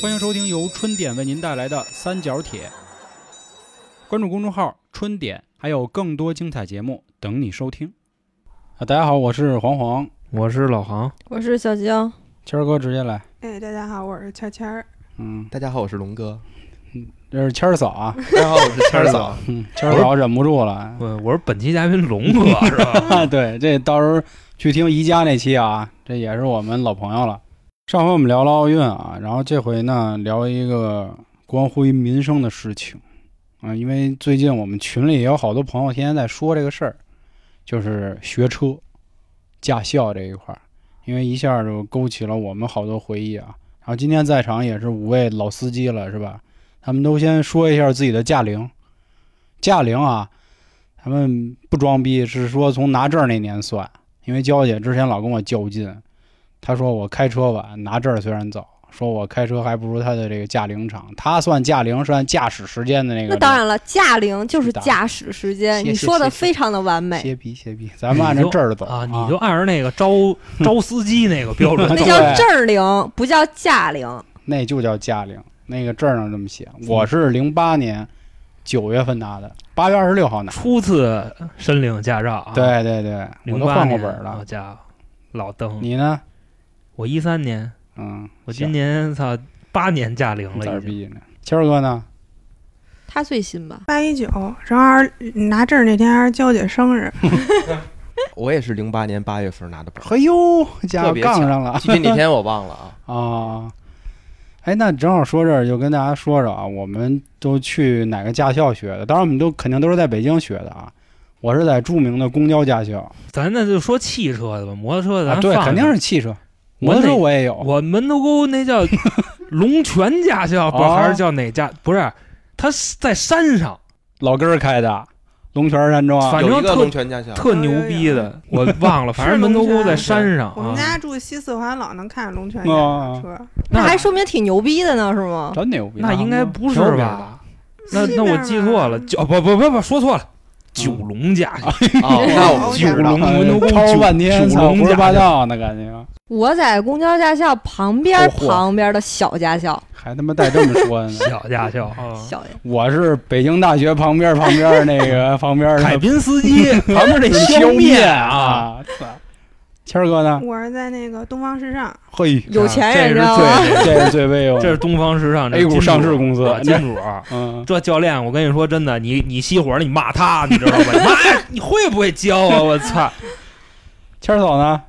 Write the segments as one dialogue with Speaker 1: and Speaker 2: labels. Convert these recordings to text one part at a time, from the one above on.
Speaker 1: 欢迎收听由春点为您带来的《三角铁》，关注公众号“春点”，还有更多精彩节目等你收听。啊，大家好，我是黄黄，
Speaker 2: 我是老航，
Speaker 3: 我是小江，
Speaker 1: 谦儿哥直接来，
Speaker 4: 哎，大家好，我是芊芊儿。
Speaker 1: 嗯，
Speaker 5: 大家好，我是龙哥。
Speaker 1: 这是谦儿嫂啊，
Speaker 5: 大家好，我是谦儿嫂。
Speaker 1: 嗯，谦儿嫂忍不住了，
Speaker 2: 我我是本期嘉宾龙哥， 是吧？
Speaker 1: 啊，对，这到时候去听宜家那期啊，这也是我们老朋友了。上回我们聊了奥运啊，然后这回呢聊一个关乎于民生的事情啊，因为最近我们群里也有好多朋友天天在说这个事儿，就是学车、驾校这一块儿，因为一下就勾起了我们好多回忆啊。然后今天在场也是五位老司机了，是吧？他们都先说一下自己的驾龄，驾龄啊，他们不装逼，是说从拿证那年算。因为娇姐之前老跟我较劲，她说我开车晚，拿证虽然早，说我开车还不如她的这个驾龄长。她算驾龄是按驾驶时间的那个。
Speaker 3: 那当然了，驾龄就是驾驶时间，
Speaker 1: 谢谢
Speaker 3: 你说的非常的完美。
Speaker 1: 歇逼歇逼，咱们按照这儿走
Speaker 2: 啊，你就按照那个 招招司机那个标准
Speaker 3: 那
Speaker 1: 对
Speaker 3: 叫证龄，不叫驾龄。
Speaker 1: 那就叫驾龄，那个证上这么写。
Speaker 2: 嗯
Speaker 1: 我是零八年九月份拿的，八月二十六号拿。
Speaker 2: 初次申领驾照啊，，
Speaker 1: 对对对，我
Speaker 2: 零
Speaker 1: 都
Speaker 2: 八
Speaker 1: 换过
Speaker 2: 年，啊
Speaker 1: 本儿
Speaker 2: 好
Speaker 1: 了。
Speaker 2: 家伙，老登，
Speaker 1: 你呢？
Speaker 2: 我一三年，
Speaker 1: 嗯，
Speaker 2: 我今年操八年驾龄
Speaker 1: 在这
Speaker 2: 了
Speaker 1: 儿
Speaker 2: 已经，
Speaker 1: 逼呢。谦儿哥呢？
Speaker 3: 他最新吧？
Speaker 4: 八一九，正好拿证那天还是娇姐生日，
Speaker 5: 我也是零八年八月份拿的本儿，
Speaker 1: 嘿哎呦，家伙
Speaker 5: 特别巧
Speaker 1: 杠上了。
Speaker 5: 具体哪天我忘了 啊。
Speaker 1: 啊，哎，那正好说这儿，就跟大家说说啊，我们都去哪个驾校学的？当然，我们都肯定都是在北京学的啊。我是在著名的公交驾校，
Speaker 2: 咱那就说汽车的吧，摩托车的
Speaker 1: 啊，
Speaker 2: 咱
Speaker 1: 对，
Speaker 2: 放
Speaker 1: 肯定
Speaker 2: 下
Speaker 1: 是汽车，
Speaker 2: 我
Speaker 1: 摩托车
Speaker 2: 哪
Speaker 1: 我也有，
Speaker 2: 我门头沟那 叫龙泉驾校，不是
Speaker 1: 哦
Speaker 2: 还是叫哪家？不是，它是在山上，
Speaker 1: 老根儿开的，龙泉山庄啊，哎
Speaker 2: 反
Speaker 5: 有
Speaker 2: 正
Speaker 5: 一个
Speaker 2: 特
Speaker 5: 龙泉驾校，
Speaker 2: 特牛逼的，我忘了，反正门头沟在山上
Speaker 4: 我们
Speaker 2: 啊。
Speaker 4: 家住西四环，老能看见龙泉
Speaker 1: 啊
Speaker 4: 家
Speaker 1: 啊
Speaker 4: 车。
Speaker 3: 那还
Speaker 2: 那
Speaker 3: 说明挺牛逼的呢，是吗？
Speaker 1: 真牛逼。
Speaker 2: 那应该不是
Speaker 1: 挺有名儿的？
Speaker 2: 吧？那
Speaker 4: 西
Speaker 2: 那我
Speaker 4: 边
Speaker 2: 记
Speaker 4: 吧
Speaker 2: 错了，九不不不不，说错
Speaker 1: 嗯
Speaker 2: 了，九龙驾 校，
Speaker 5: 哦，那我们
Speaker 2: 九龙
Speaker 1: 哎
Speaker 2: 门头沟
Speaker 1: 吵了
Speaker 2: 九
Speaker 1: 半天，
Speaker 2: 九
Speaker 1: 操
Speaker 2: 龙
Speaker 1: 胡说八
Speaker 2: 驾校，
Speaker 1: 道呢，感觉
Speaker 3: 我在公交驾校旁边
Speaker 1: 哦嚯啊
Speaker 3: 旁边的小驾校，
Speaker 1: 还他妈带这么说 的呢。
Speaker 2: 小驾校啊。
Speaker 1: 哦
Speaker 3: 小
Speaker 1: 我是北京大学旁边儿旁边儿那个 旁边儿
Speaker 2: 凯
Speaker 1: 的
Speaker 2: 宾斯基旁边那
Speaker 1: 消
Speaker 2: 削
Speaker 1: 灭
Speaker 2: 面啊，！
Speaker 1: 操谦儿哥呢？
Speaker 4: 我是在那个东方时尚，
Speaker 1: 嘿，
Speaker 3: 有钱哎人，你知
Speaker 2: 这是
Speaker 3: 道
Speaker 2: 最
Speaker 3: 吗？
Speaker 1: 这是最 威风，
Speaker 2: 这是东方时尚这
Speaker 1: A 股
Speaker 2: 金主
Speaker 1: 上市公司
Speaker 2: 啊金主啊。
Speaker 1: 嗯，
Speaker 2: 这教练，我跟你说真的，你你熄火了，你骂他，你知 道吗？你妈呀，你会不会教啊？我操！
Speaker 1: 谦儿嫂呢？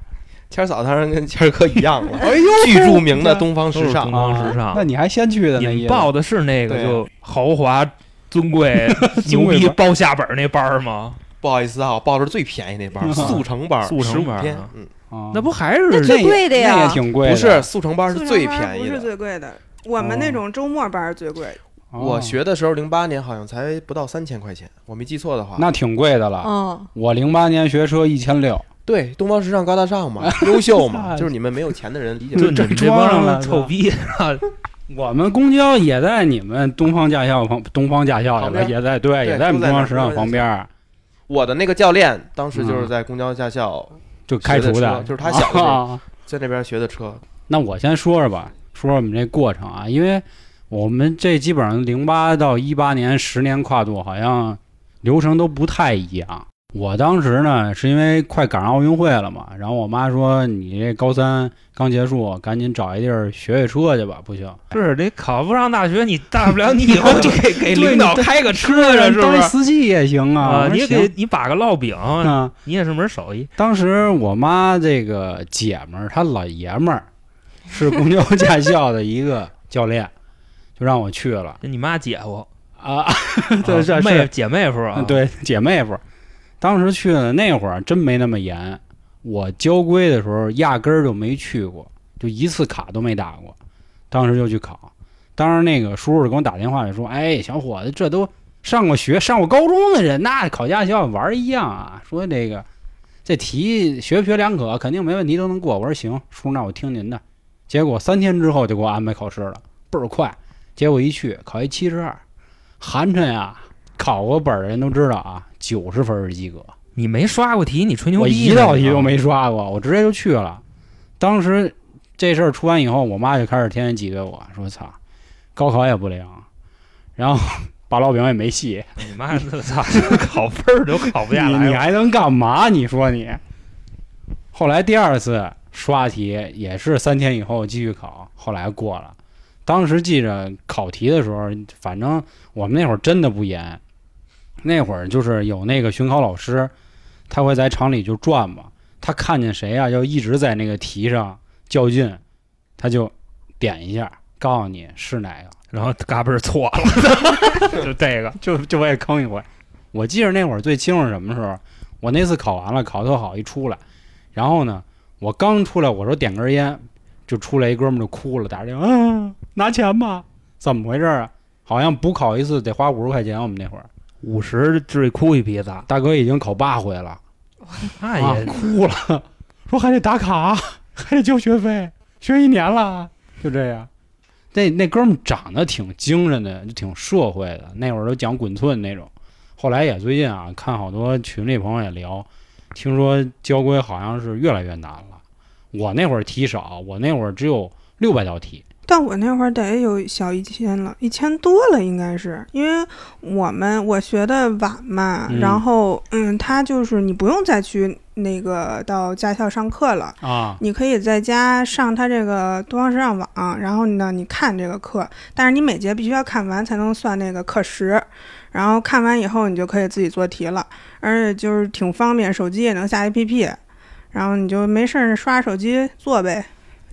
Speaker 5: 谦儿嫂当然跟谦儿哥一样 了，
Speaker 1: 哎呦，
Speaker 5: 哦巨著名的东方时
Speaker 2: 都是
Speaker 5: 尚
Speaker 2: 东。方时尚
Speaker 1: 啊那你还先去的呢？
Speaker 2: 引爆的是那个
Speaker 5: 对
Speaker 2: 就豪华、尊贵、
Speaker 1: 啊 尊
Speaker 2: 牛
Speaker 1: 贵
Speaker 2: 逼
Speaker 1: 班
Speaker 2: 包下本儿那班儿吗？
Speaker 5: 不好意思啊，我报的是最便宜那班
Speaker 1: 嗯
Speaker 5: 儿，速成班儿，
Speaker 2: 速成班儿啊
Speaker 5: 15天。嗯，
Speaker 1: 啊，
Speaker 2: 那不还
Speaker 3: 那
Speaker 2: 是
Speaker 3: 最贵的呀
Speaker 1: 那也挺贵的，啊
Speaker 5: 不是速成班儿
Speaker 4: 速
Speaker 5: 是
Speaker 4: 成
Speaker 5: 最
Speaker 4: 班
Speaker 5: 便
Speaker 4: 不
Speaker 5: 宜
Speaker 4: 是
Speaker 5: 的。
Speaker 4: 最贵的。我们那种周末班儿最贵，
Speaker 1: 哦
Speaker 5: 我学的时候，零八年好像才不到三千块钱，我没记错的话。
Speaker 1: 那挺贵的了。
Speaker 3: 嗯，
Speaker 1: 我零八年学车一千六，
Speaker 5: 对，东方时尚高大上嘛，优秀
Speaker 1: 操
Speaker 5: 嘛，就是你们没有钱的人理解
Speaker 2: 就
Speaker 5: 不
Speaker 2: 你
Speaker 5: 了。
Speaker 2: 们这
Speaker 1: 装上
Speaker 2: 帮
Speaker 1: 了
Speaker 2: 臭逼啊！
Speaker 1: 我们公交也在你们东方驾校旁，东方驾校里
Speaker 5: 旁
Speaker 1: 边
Speaker 5: 边
Speaker 1: 也在，对，
Speaker 5: 对
Speaker 1: 也在我们
Speaker 5: 就在
Speaker 1: 东方
Speaker 5: 那
Speaker 1: 时尚
Speaker 5: 儿
Speaker 1: 旁边儿
Speaker 5: 我的那个教练当时就是在公交驾校
Speaker 1: 就开除
Speaker 5: 学的车就是他小的时候
Speaker 1: 啊。
Speaker 5: 在那边学的车，
Speaker 1: 那我先说说吧，说说我们这过程啊，因为我们这基本上零八到一八年十年跨度，好像流程都不太一样。我当时呢，是因为快赶上奥运会了嘛，然后我妈说：“你这高三刚结束，赶紧找一地儿学学车去吧，不行，
Speaker 2: 是你考不上大学，你大不 了你以后就给给
Speaker 1: 对
Speaker 2: 领导
Speaker 1: 你
Speaker 2: 开个车呀，是不
Speaker 1: 当一
Speaker 2: 是？
Speaker 1: 司机也行啊。
Speaker 2: 啊，
Speaker 1: 我说
Speaker 2: 你
Speaker 1: 行
Speaker 2: 给你把个烙饼，
Speaker 5: 嗯
Speaker 1: 啊，
Speaker 2: 你也是门手艺。
Speaker 1: 当时我妈这个姐们儿，她老爷们儿是公交驾校的一个教练，就让我去了
Speaker 2: 你妈姐夫，
Speaker 1: 啊。 对是
Speaker 2: 啊
Speaker 1: 是
Speaker 2: 妹姐妹夫啊，
Speaker 1: 嗯，， 对，姐妹不，当时去的那会儿真没那么严。我交规的时候压根儿就没去过，就一次卡都没打过。当时就去考，当时那个叔叔给我打电话就说：“哎，小伙子，这都上过学、上过高中的人，那考驾校玩儿一样啊。说这个这题学不学两可，肯定没问题，都能过。”我说：“行，叔，那我听您的。”结果三天之后就给我安排考试了，倍儿快。结果一去考一七十二，寒碜啊呀、考过本儿的人都知道啊，九十分儿是及格。
Speaker 2: 你没刷过题，你吹牛
Speaker 1: 我
Speaker 2: 逼呢？啊
Speaker 1: 一道题都
Speaker 2: 你
Speaker 1: 没刷过，我直接就去了。当时这事儿出完以后，我妈就开始天天挤兑我说：“操，高考也不灵，然后 八烙饼也没戏，
Speaker 2: 你妈 的，操，考分儿都考不下
Speaker 1: 你
Speaker 2: 来
Speaker 1: 你
Speaker 2: 了。
Speaker 1: 还能干嘛？你说你。后来第二次刷题也是三天以后继续考，后来过了。当时记着考题的时候，反正我们那会儿真的不严，那会儿就是有那个巡考老师，他会在厂里就转嘛，他看见谁啊，要一直在那个题上较劲，他就点一下，告诉你是哪个。
Speaker 2: 然后嘎嘣儿错了， 就这个，
Speaker 1: 就就为坑一回。我记着那会儿最清楚是什么时候，我那次考完了，考特好一出来，然后呢，我刚出来，我说点根烟，就出来一哥们儿就哭了，打着电话，嗯，拿钱吧，怎么回事啊？好像补考一次得花五十块钱，我们那会儿
Speaker 2: 五十至哭一鼻子，
Speaker 1: 大哥已经考八回了，
Speaker 2: 那
Speaker 1: 啊
Speaker 2: 也，
Speaker 1: 哭了， 说还得打卡， 还得交学费，学一年了，就这样。那那哥们长得挺精神的，就挺社会的，那会儿都讲滚寸那种。后来也最近啊，看好多群里朋友也聊，听说交规好像是越来越难了。我那会儿题少，我那会儿只有六百道题，
Speaker 4: 但我那会儿得有小一千了，一千多了应该是，因为我们我学的晚嘛，
Speaker 1: 嗯
Speaker 4: 然后嗯，他就是你不用再去那个到驾校上课了。
Speaker 1: 啊，
Speaker 4: 你可以在家上他这个东方时尚网，啊然后呢，你看这个课，但是你每节必须要看完才能算那个课时，然后看完以后你就可以自己做题了，而且就是挺方便，手机也能下 APP，然后你就没事儿刷手机做呗，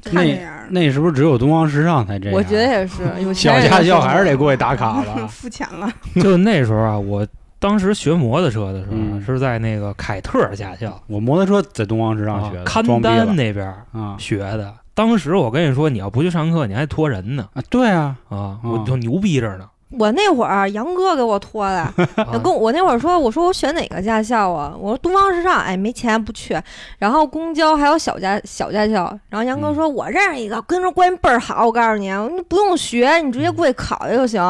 Speaker 4: 就
Speaker 1: 那
Speaker 4: 看这嗯样儿。
Speaker 1: 那是不是只有东方时尚才这样？
Speaker 3: 我觉得也是，有钱
Speaker 1: 小
Speaker 3: 人
Speaker 1: 驾
Speaker 3: 就
Speaker 1: 校
Speaker 3: 是
Speaker 1: 还是 得过去打卡了。
Speaker 4: 肤浅了，
Speaker 2: 就那时候啊，我当时学摩托车的时候啊、
Speaker 1: 嗯
Speaker 2: 是在那个凯特驾校，
Speaker 1: 我摩托车在东方时尚
Speaker 2: 啊
Speaker 1: 学的，
Speaker 2: 邯
Speaker 1: 装逼了
Speaker 2: 郸那边儿
Speaker 1: 啊
Speaker 2: 学的。当时我跟你说，你要不去上课，你还拖人呢
Speaker 1: 啊，对啊，
Speaker 2: 啊！
Speaker 1: 嗯
Speaker 2: 我就牛逼着 呢。
Speaker 3: 我那会儿啊杨哥给我托的，
Speaker 2: 啊
Speaker 3: 跟我那会儿说，我说我选哪个驾校啊？我说东方时尚，哎，没钱不去。然后公交还有小驾小驾校。然后杨哥
Speaker 1: 嗯
Speaker 3: 说，我认识一个，跟着关系倍儿好。我告诉你，啊你不用学，你
Speaker 2: 嗯
Speaker 3: 直接过去考就行。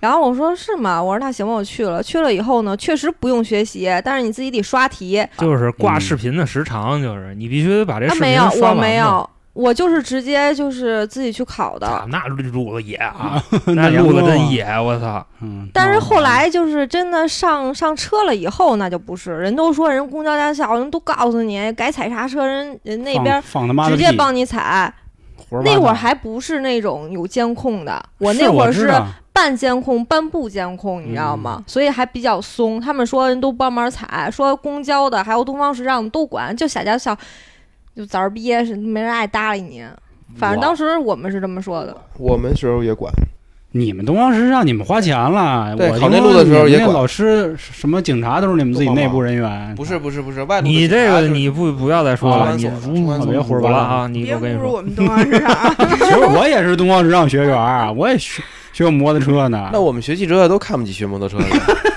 Speaker 3: 然后我说是吗？我说那行吧，我去了。去了以后呢，确实不用学习，但是你自己得刷题。
Speaker 2: 就是挂
Speaker 1: 嗯
Speaker 2: 视频的时长，就是你必须得把这视，
Speaker 3: 啊
Speaker 2: 频
Speaker 3: 没
Speaker 2: 刷
Speaker 3: 有，我
Speaker 2: 完
Speaker 3: 没
Speaker 2: 嘛。
Speaker 3: 有，我就是直接就是自己去考
Speaker 2: 操
Speaker 3: 的。
Speaker 2: 那路子野啊，
Speaker 1: 那
Speaker 2: 路子
Speaker 1: 杨哥
Speaker 2: 真野，我操！
Speaker 1: 嗯，
Speaker 3: 但是
Speaker 1: 那我
Speaker 3: 后来就是真的上上车了以后，那就不是人都说人公交驾校人都告诉你改踩刹车，人人那
Speaker 1: 放
Speaker 3: 边
Speaker 1: 放他妈的
Speaker 3: 直接
Speaker 1: 屁
Speaker 3: 帮你踩。
Speaker 1: 胡说八
Speaker 3: 那
Speaker 1: 道
Speaker 3: 会儿还不是那种有监控的，我
Speaker 1: 是
Speaker 3: 那会儿
Speaker 1: 知
Speaker 3: 是
Speaker 1: 道嗯
Speaker 3: 半监控半不监控，你知道吗？所以还比较松。他们说人都帮忙踩，说公交的还有东方时尚的都管，就小家小，就早儿毕业是没人爱搭理你。反正当时我们是这么说的。
Speaker 5: 我们时候也管，
Speaker 1: 你们东方时尚，你们花钱了。
Speaker 5: 对
Speaker 1: 我
Speaker 5: 考
Speaker 1: 听
Speaker 5: 那路
Speaker 1: 说
Speaker 5: 的时候
Speaker 1: 你们
Speaker 5: 也
Speaker 1: 那
Speaker 5: 管
Speaker 1: 老师什么警察都是你们自己内部人员，
Speaker 5: 不是不是不是外头的
Speaker 2: 你
Speaker 5: 警察
Speaker 2: 这个
Speaker 5: 就是
Speaker 2: 你不不要再说
Speaker 1: 啊
Speaker 2: 了，你
Speaker 5: 出关
Speaker 1: 啊
Speaker 5: 锁出关锁
Speaker 1: 别胡说
Speaker 2: 服
Speaker 1: 八
Speaker 2: 了
Speaker 1: 道
Speaker 2: 啊！你
Speaker 4: 别
Speaker 2: 我
Speaker 4: 侮
Speaker 2: 跟你
Speaker 4: 辱
Speaker 2: 说，
Speaker 4: 我们东方市场 啊。
Speaker 1: 其实我也是东方时尚学员儿，我也学学摩托车呢。
Speaker 5: 那我们学汽车的都看不起学摩托车的，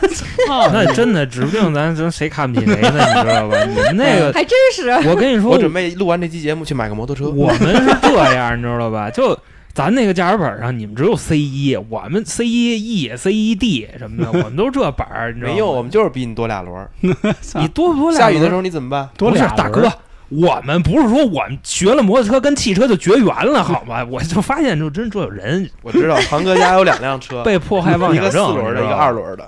Speaker 2: 那真的指不定咱咱谁看不起谁呢，你知道吧？你们那 个，
Speaker 3: 还真是，
Speaker 2: 我跟你说，
Speaker 5: 我准备录完这期节目去买个摩托车。
Speaker 2: 我们是这样，你知道吧？就咱那个驾驶本上，你们只有 C 一，我们 C 一 E、C 一 D 什么的，我们都是这本儿，你知道吗
Speaker 5: 没用，我们就是比你多俩轮儿。
Speaker 2: 你多不多俩
Speaker 5: 下雨的
Speaker 2: 轮
Speaker 5: 时候你怎么办？
Speaker 1: 多
Speaker 2: 不是
Speaker 1: 俩
Speaker 2: 大
Speaker 1: 轮
Speaker 2: 哥
Speaker 1: 儿，，
Speaker 2: 我们不是说我们学了摩托车跟汽车就绝缘了好吗？我就发现就真这有人
Speaker 5: 我知道 航哥家有两辆车，
Speaker 2: 被迫害妄
Speaker 5: 呃一个
Speaker 2: 想
Speaker 5: 四
Speaker 2: 症，
Speaker 5: 轮儿的，
Speaker 2: 你知
Speaker 5: 一个
Speaker 2: 道吗
Speaker 5: 二轮儿的。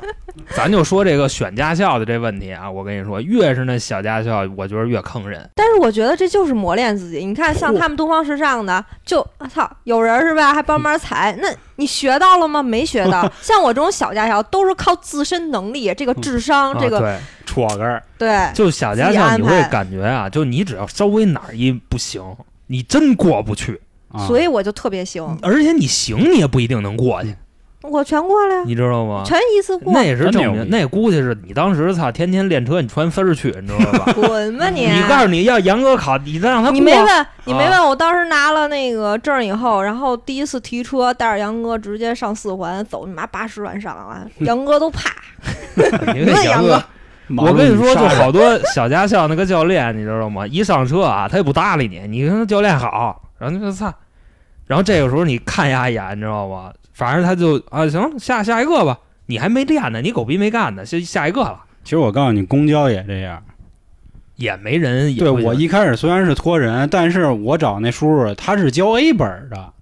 Speaker 2: 咱就说这个选驾校的这问题啊，我跟你说，越是那小驾校，我觉得越坑人。
Speaker 3: 但是我觉得这就是磨练自己。你看，像他们东方时尚的，就啊操，有人是吧，还帮忙踩。那你学到了吗？没学到。像我这种小驾校，都是靠自身能力，这个智商，这
Speaker 2: 啊、
Speaker 3: 个
Speaker 2: 对，
Speaker 1: 戳根儿，
Speaker 3: 对。
Speaker 2: 就小驾
Speaker 3: 自己
Speaker 2: 校，
Speaker 3: 安
Speaker 2: 你
Speaker 3: 排
Speaker 2: 会感觉啊，就你只要稍微哪儿一不行，你真过不去，
Speaker 1: 啊
Speaker 3: 所以我就特别行，
Speaker 2: 而且你行你也不一定能过去，
Speaker 3: 我全过了呀，
Speaker 2: 你知啊道吗？
Speaker 3: 全一次嗯过？
Speaker 2: 那，也是
Speaker 1: 真
Speaker 2: 证
Speaker 1: 牛
Speaker 2: 明
Speaker 1: 逼，
Speaker 2: 那估计是你当时操，天天练车，你穿丝儿去，你知道吧
Speaker 3: 滚吧你！啊
Speaker 2: 你告诉你要杨哥考，你再让他
Speaker 3: 你没
Speaker 2: 过，
Speaker 3: 问，你没问我当时拿了那个证以后，然后第一次提车，带着杨哥直接上四环，走你妈八十乱上了，杨哥都怕。
Speaker 2: 你问杨
Speaker 3: 问杨哥
Speaker 2: 哥。
Speaker 1: 啊
Speaker 2: 我跟你说，就
Speaker 1: 马路上
Speaker 2: 好多 小驾校那个教练，你知道吗？一上车啊，他也不搭理你，你跟教练好，然后就操，然后这个时候你看他一眼，你知道吗？反正他就啊，行，下下一个吧，你还没练呢，你狗逼没干呢，下下一个了，
Speaker 1: 其实我告诉你，公交也这样。
Speaker 2: 也没人，也
Speaker 1: 对
Speaker 2: 不行
Speaker 1: 我一开始虽然是托人，但是我找那叔叔他是教 A 本儿的，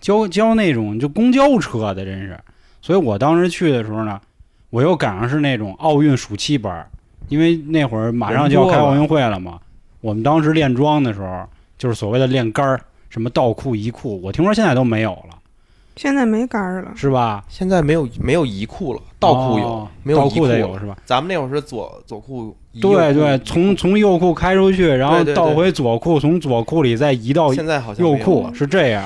Speaker 1: 交交那种就公交车的，真是。所以我当时去的时候呢，我又赶上是那种奥运暑期班儿，因为那会儿马上就要开奥运会了嘛。我们当时练桩的时候，就是所谓的练杆儿，什么倒库、移库，我听说现在都没有了，
Speaker 4: 现在没杆儿了，
Speaker 1: 是吧？
Speaker 5: 现在没有没有移库了，倒库有，
Speaker 1: 哦
Speaker 5: 没有
Speaker 1: 倒
Speaker 5: 移库
Speaker 1: 库得有
Speaker 5: 了
Speaker 1: 是吧？
Speaker 5: 咱们那会儿是左左库移右
Speaker 1: 对
Speaker 5: 库
Speaker 1: 对，从从右库开出去，然后
Speaker 5: 对对对
Speaker 1: 倒回左库，从左库里再移
Speaker 2: 哦
Speaker 1: 到
Speaker 5: 现在好像
Speaker 1: 右
Speaker 5: 没有
Speaker 1: 库
Speaker 2: 啊
Speaker 5: 了，
Speaker 1: 是这样。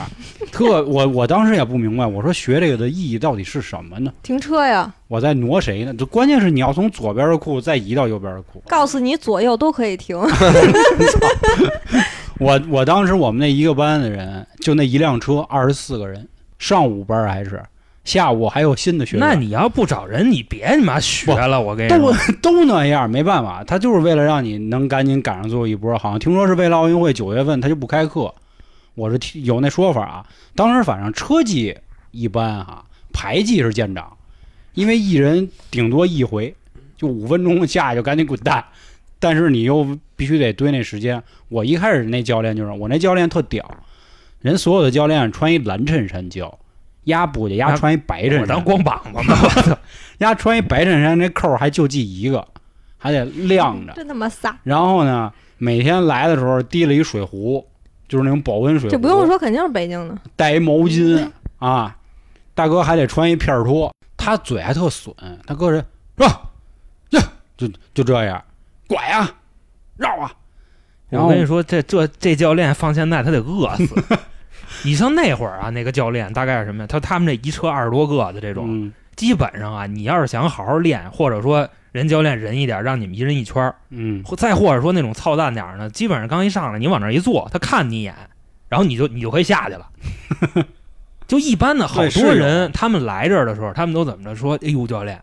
Speaker 1: 特我我当时也不明白，我说学这个的意义到底是什么呢？
Speaker 3: 停车呀，
Speaker 1: 我在挪谁呢？就关键是你要从左边的库再移到右边的库。
Speaker 3: 告诉你左右都可以停。
Speaker 1: 我我当时我们那一个班的人，就那一辆车，二十四个人，上午班还是下午还有新的学员。
Speaker 2: 那你要不找人，你别你妈学了，我跟你
Speaker 1: 都
Speaker 2: 说，
Speaker 1: 都那样，没办法，他就是为了让你能赶紧赶上最后一波。好像听说是为了奥运会九月份他就不开课，我是听有那说法啊。当时反正车技一般啊，排技是见长，因为一人顶多一回，就五分钟下去就赶紧滚蛋。但是你又必须得堆那时间。我一开始那教练就是我那教练特屌，人所有的教练穿一蓝衬衫教，丫补的丫
Speaker 2: 那
Speaker 1: 穿一白衬
Speaker 2: 我
Speaker 1: 衫，
Speaker 2: 当光膀子呢，我操！
Speaker 1: 丫穿一白衬衫，那扣儿还就系一个，还得晾着。
Speaker 3: 真他妈飒！
Speaker 1: 然后呢，每天来的时候提了一水壶，就是那种保温水壶，
Speaker 3: 这不用，说，肯定是北京的。
Speaker 1: 带一毛巾啊。大哥还得穿一片儿拖，他嘴还特损，他哥人是吧？呀，就就这样，拐啊，绕啊。 然
Speaker 2: 我
Speaker 1: 后
Speaker 2: 跟你说，这这这教练放现在他得饿死。 你像那会儿啊，那个教练大概是什么呀？他他们这一车二十多个的这种，
Speaker 1: 嗯
Speaker 2: 基本上啊，你要是想好好练，或者说人教练人一点，让你们一人一圈儿，
Speaker 1: 嗯，
Speaker 2: 或再或者说那种操蛋点儿呢，基本上刚一上来，你往那儿一坐，他看你一眼，然后你就你就可以下去 了。就一般的好
Speaker 1: 对是
Speaker 2: 多
Speaker 1: 有
Speaker 2: 人，他们来这儿的时候，他们都怎么着说？哎呦，教练，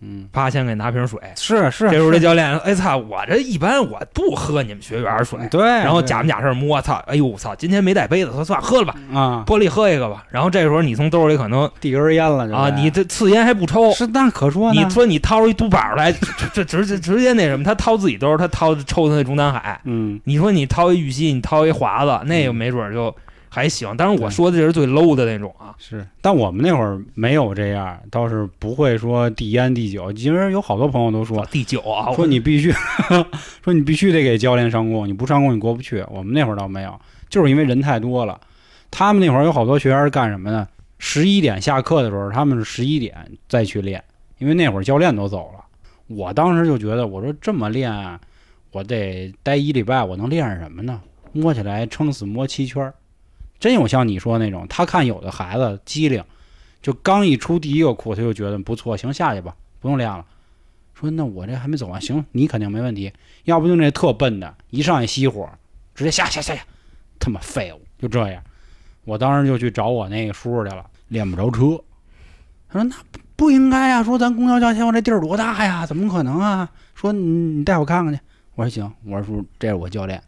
Speaker 1: 嗯，
Speaker 2: 啪，先给拿瓶水。
Speaker 1: 是是，
Speaker 2: 这时候
Speaker 1: 是
Speaker 2: 这教练，哎操，我这一般我不喝你们学员水，
Speaker 1: 对，
Speaker 2: 然后
Speaker 1: 对
Speaker 2: 假模假式摸，操，哎呦，我操，今天没带杯子，说算了喝了吧，
Speaker 1: 啊，
Speaker 2: 玻璃喝一个吧。然后这时候你从兜里可能
Speaker 1: 递根烟了就
Speaker 2: 啊，
Speaker 1: 得
Speaker 2: 你这次烟还不抽，
Speaker 1: 是那可说呢，
Speaker 2: 你说你掏出一嘟宝来， 这直接直接那什么，他掏自己兜，他掏抽他那中南海。
Speaker 1: 嗯
Speaker 2: 你说你掏一玉溪，你掏一华子，那个没准儿就还行。当然我说的这是最 low 的那种啊，
Speaker 1: 是，但我们那会儿没有这样，倒是不会说递烟递酒。其实有好多朋友都说
Speaker 2: 第九啊，我
Speaker 1: 说你必须 说你必须得给教练上供，你不上供你过不去。我们那会儿倒没有，就是因为人太多了。他们那会儿有好多学员干什么呢？十一点下课的时候，他们是十一点再去练，因为那会儿教练都走了。我当时就觉得，我说这么练啊，我得待一礼拜，我能练上什么呢？摸起来撑死摸七圈儿，真有像你说那种，他看有的孩子机灵，就刚一出第一个库，他就觉得不错，行下去吧，不用练了。说那我这还没走完，行，你肯定没问题。要不就那特笨的，一上来熄火，直接下下下下，他妈废物，就这样。我当时就去找我那个叔叔去了，练不着车。他说那不不应该呀、说咱公交教学校这地儿多大呀，怎么可能啊？说你你带我看看去。我说行，我说叔，这是我教练。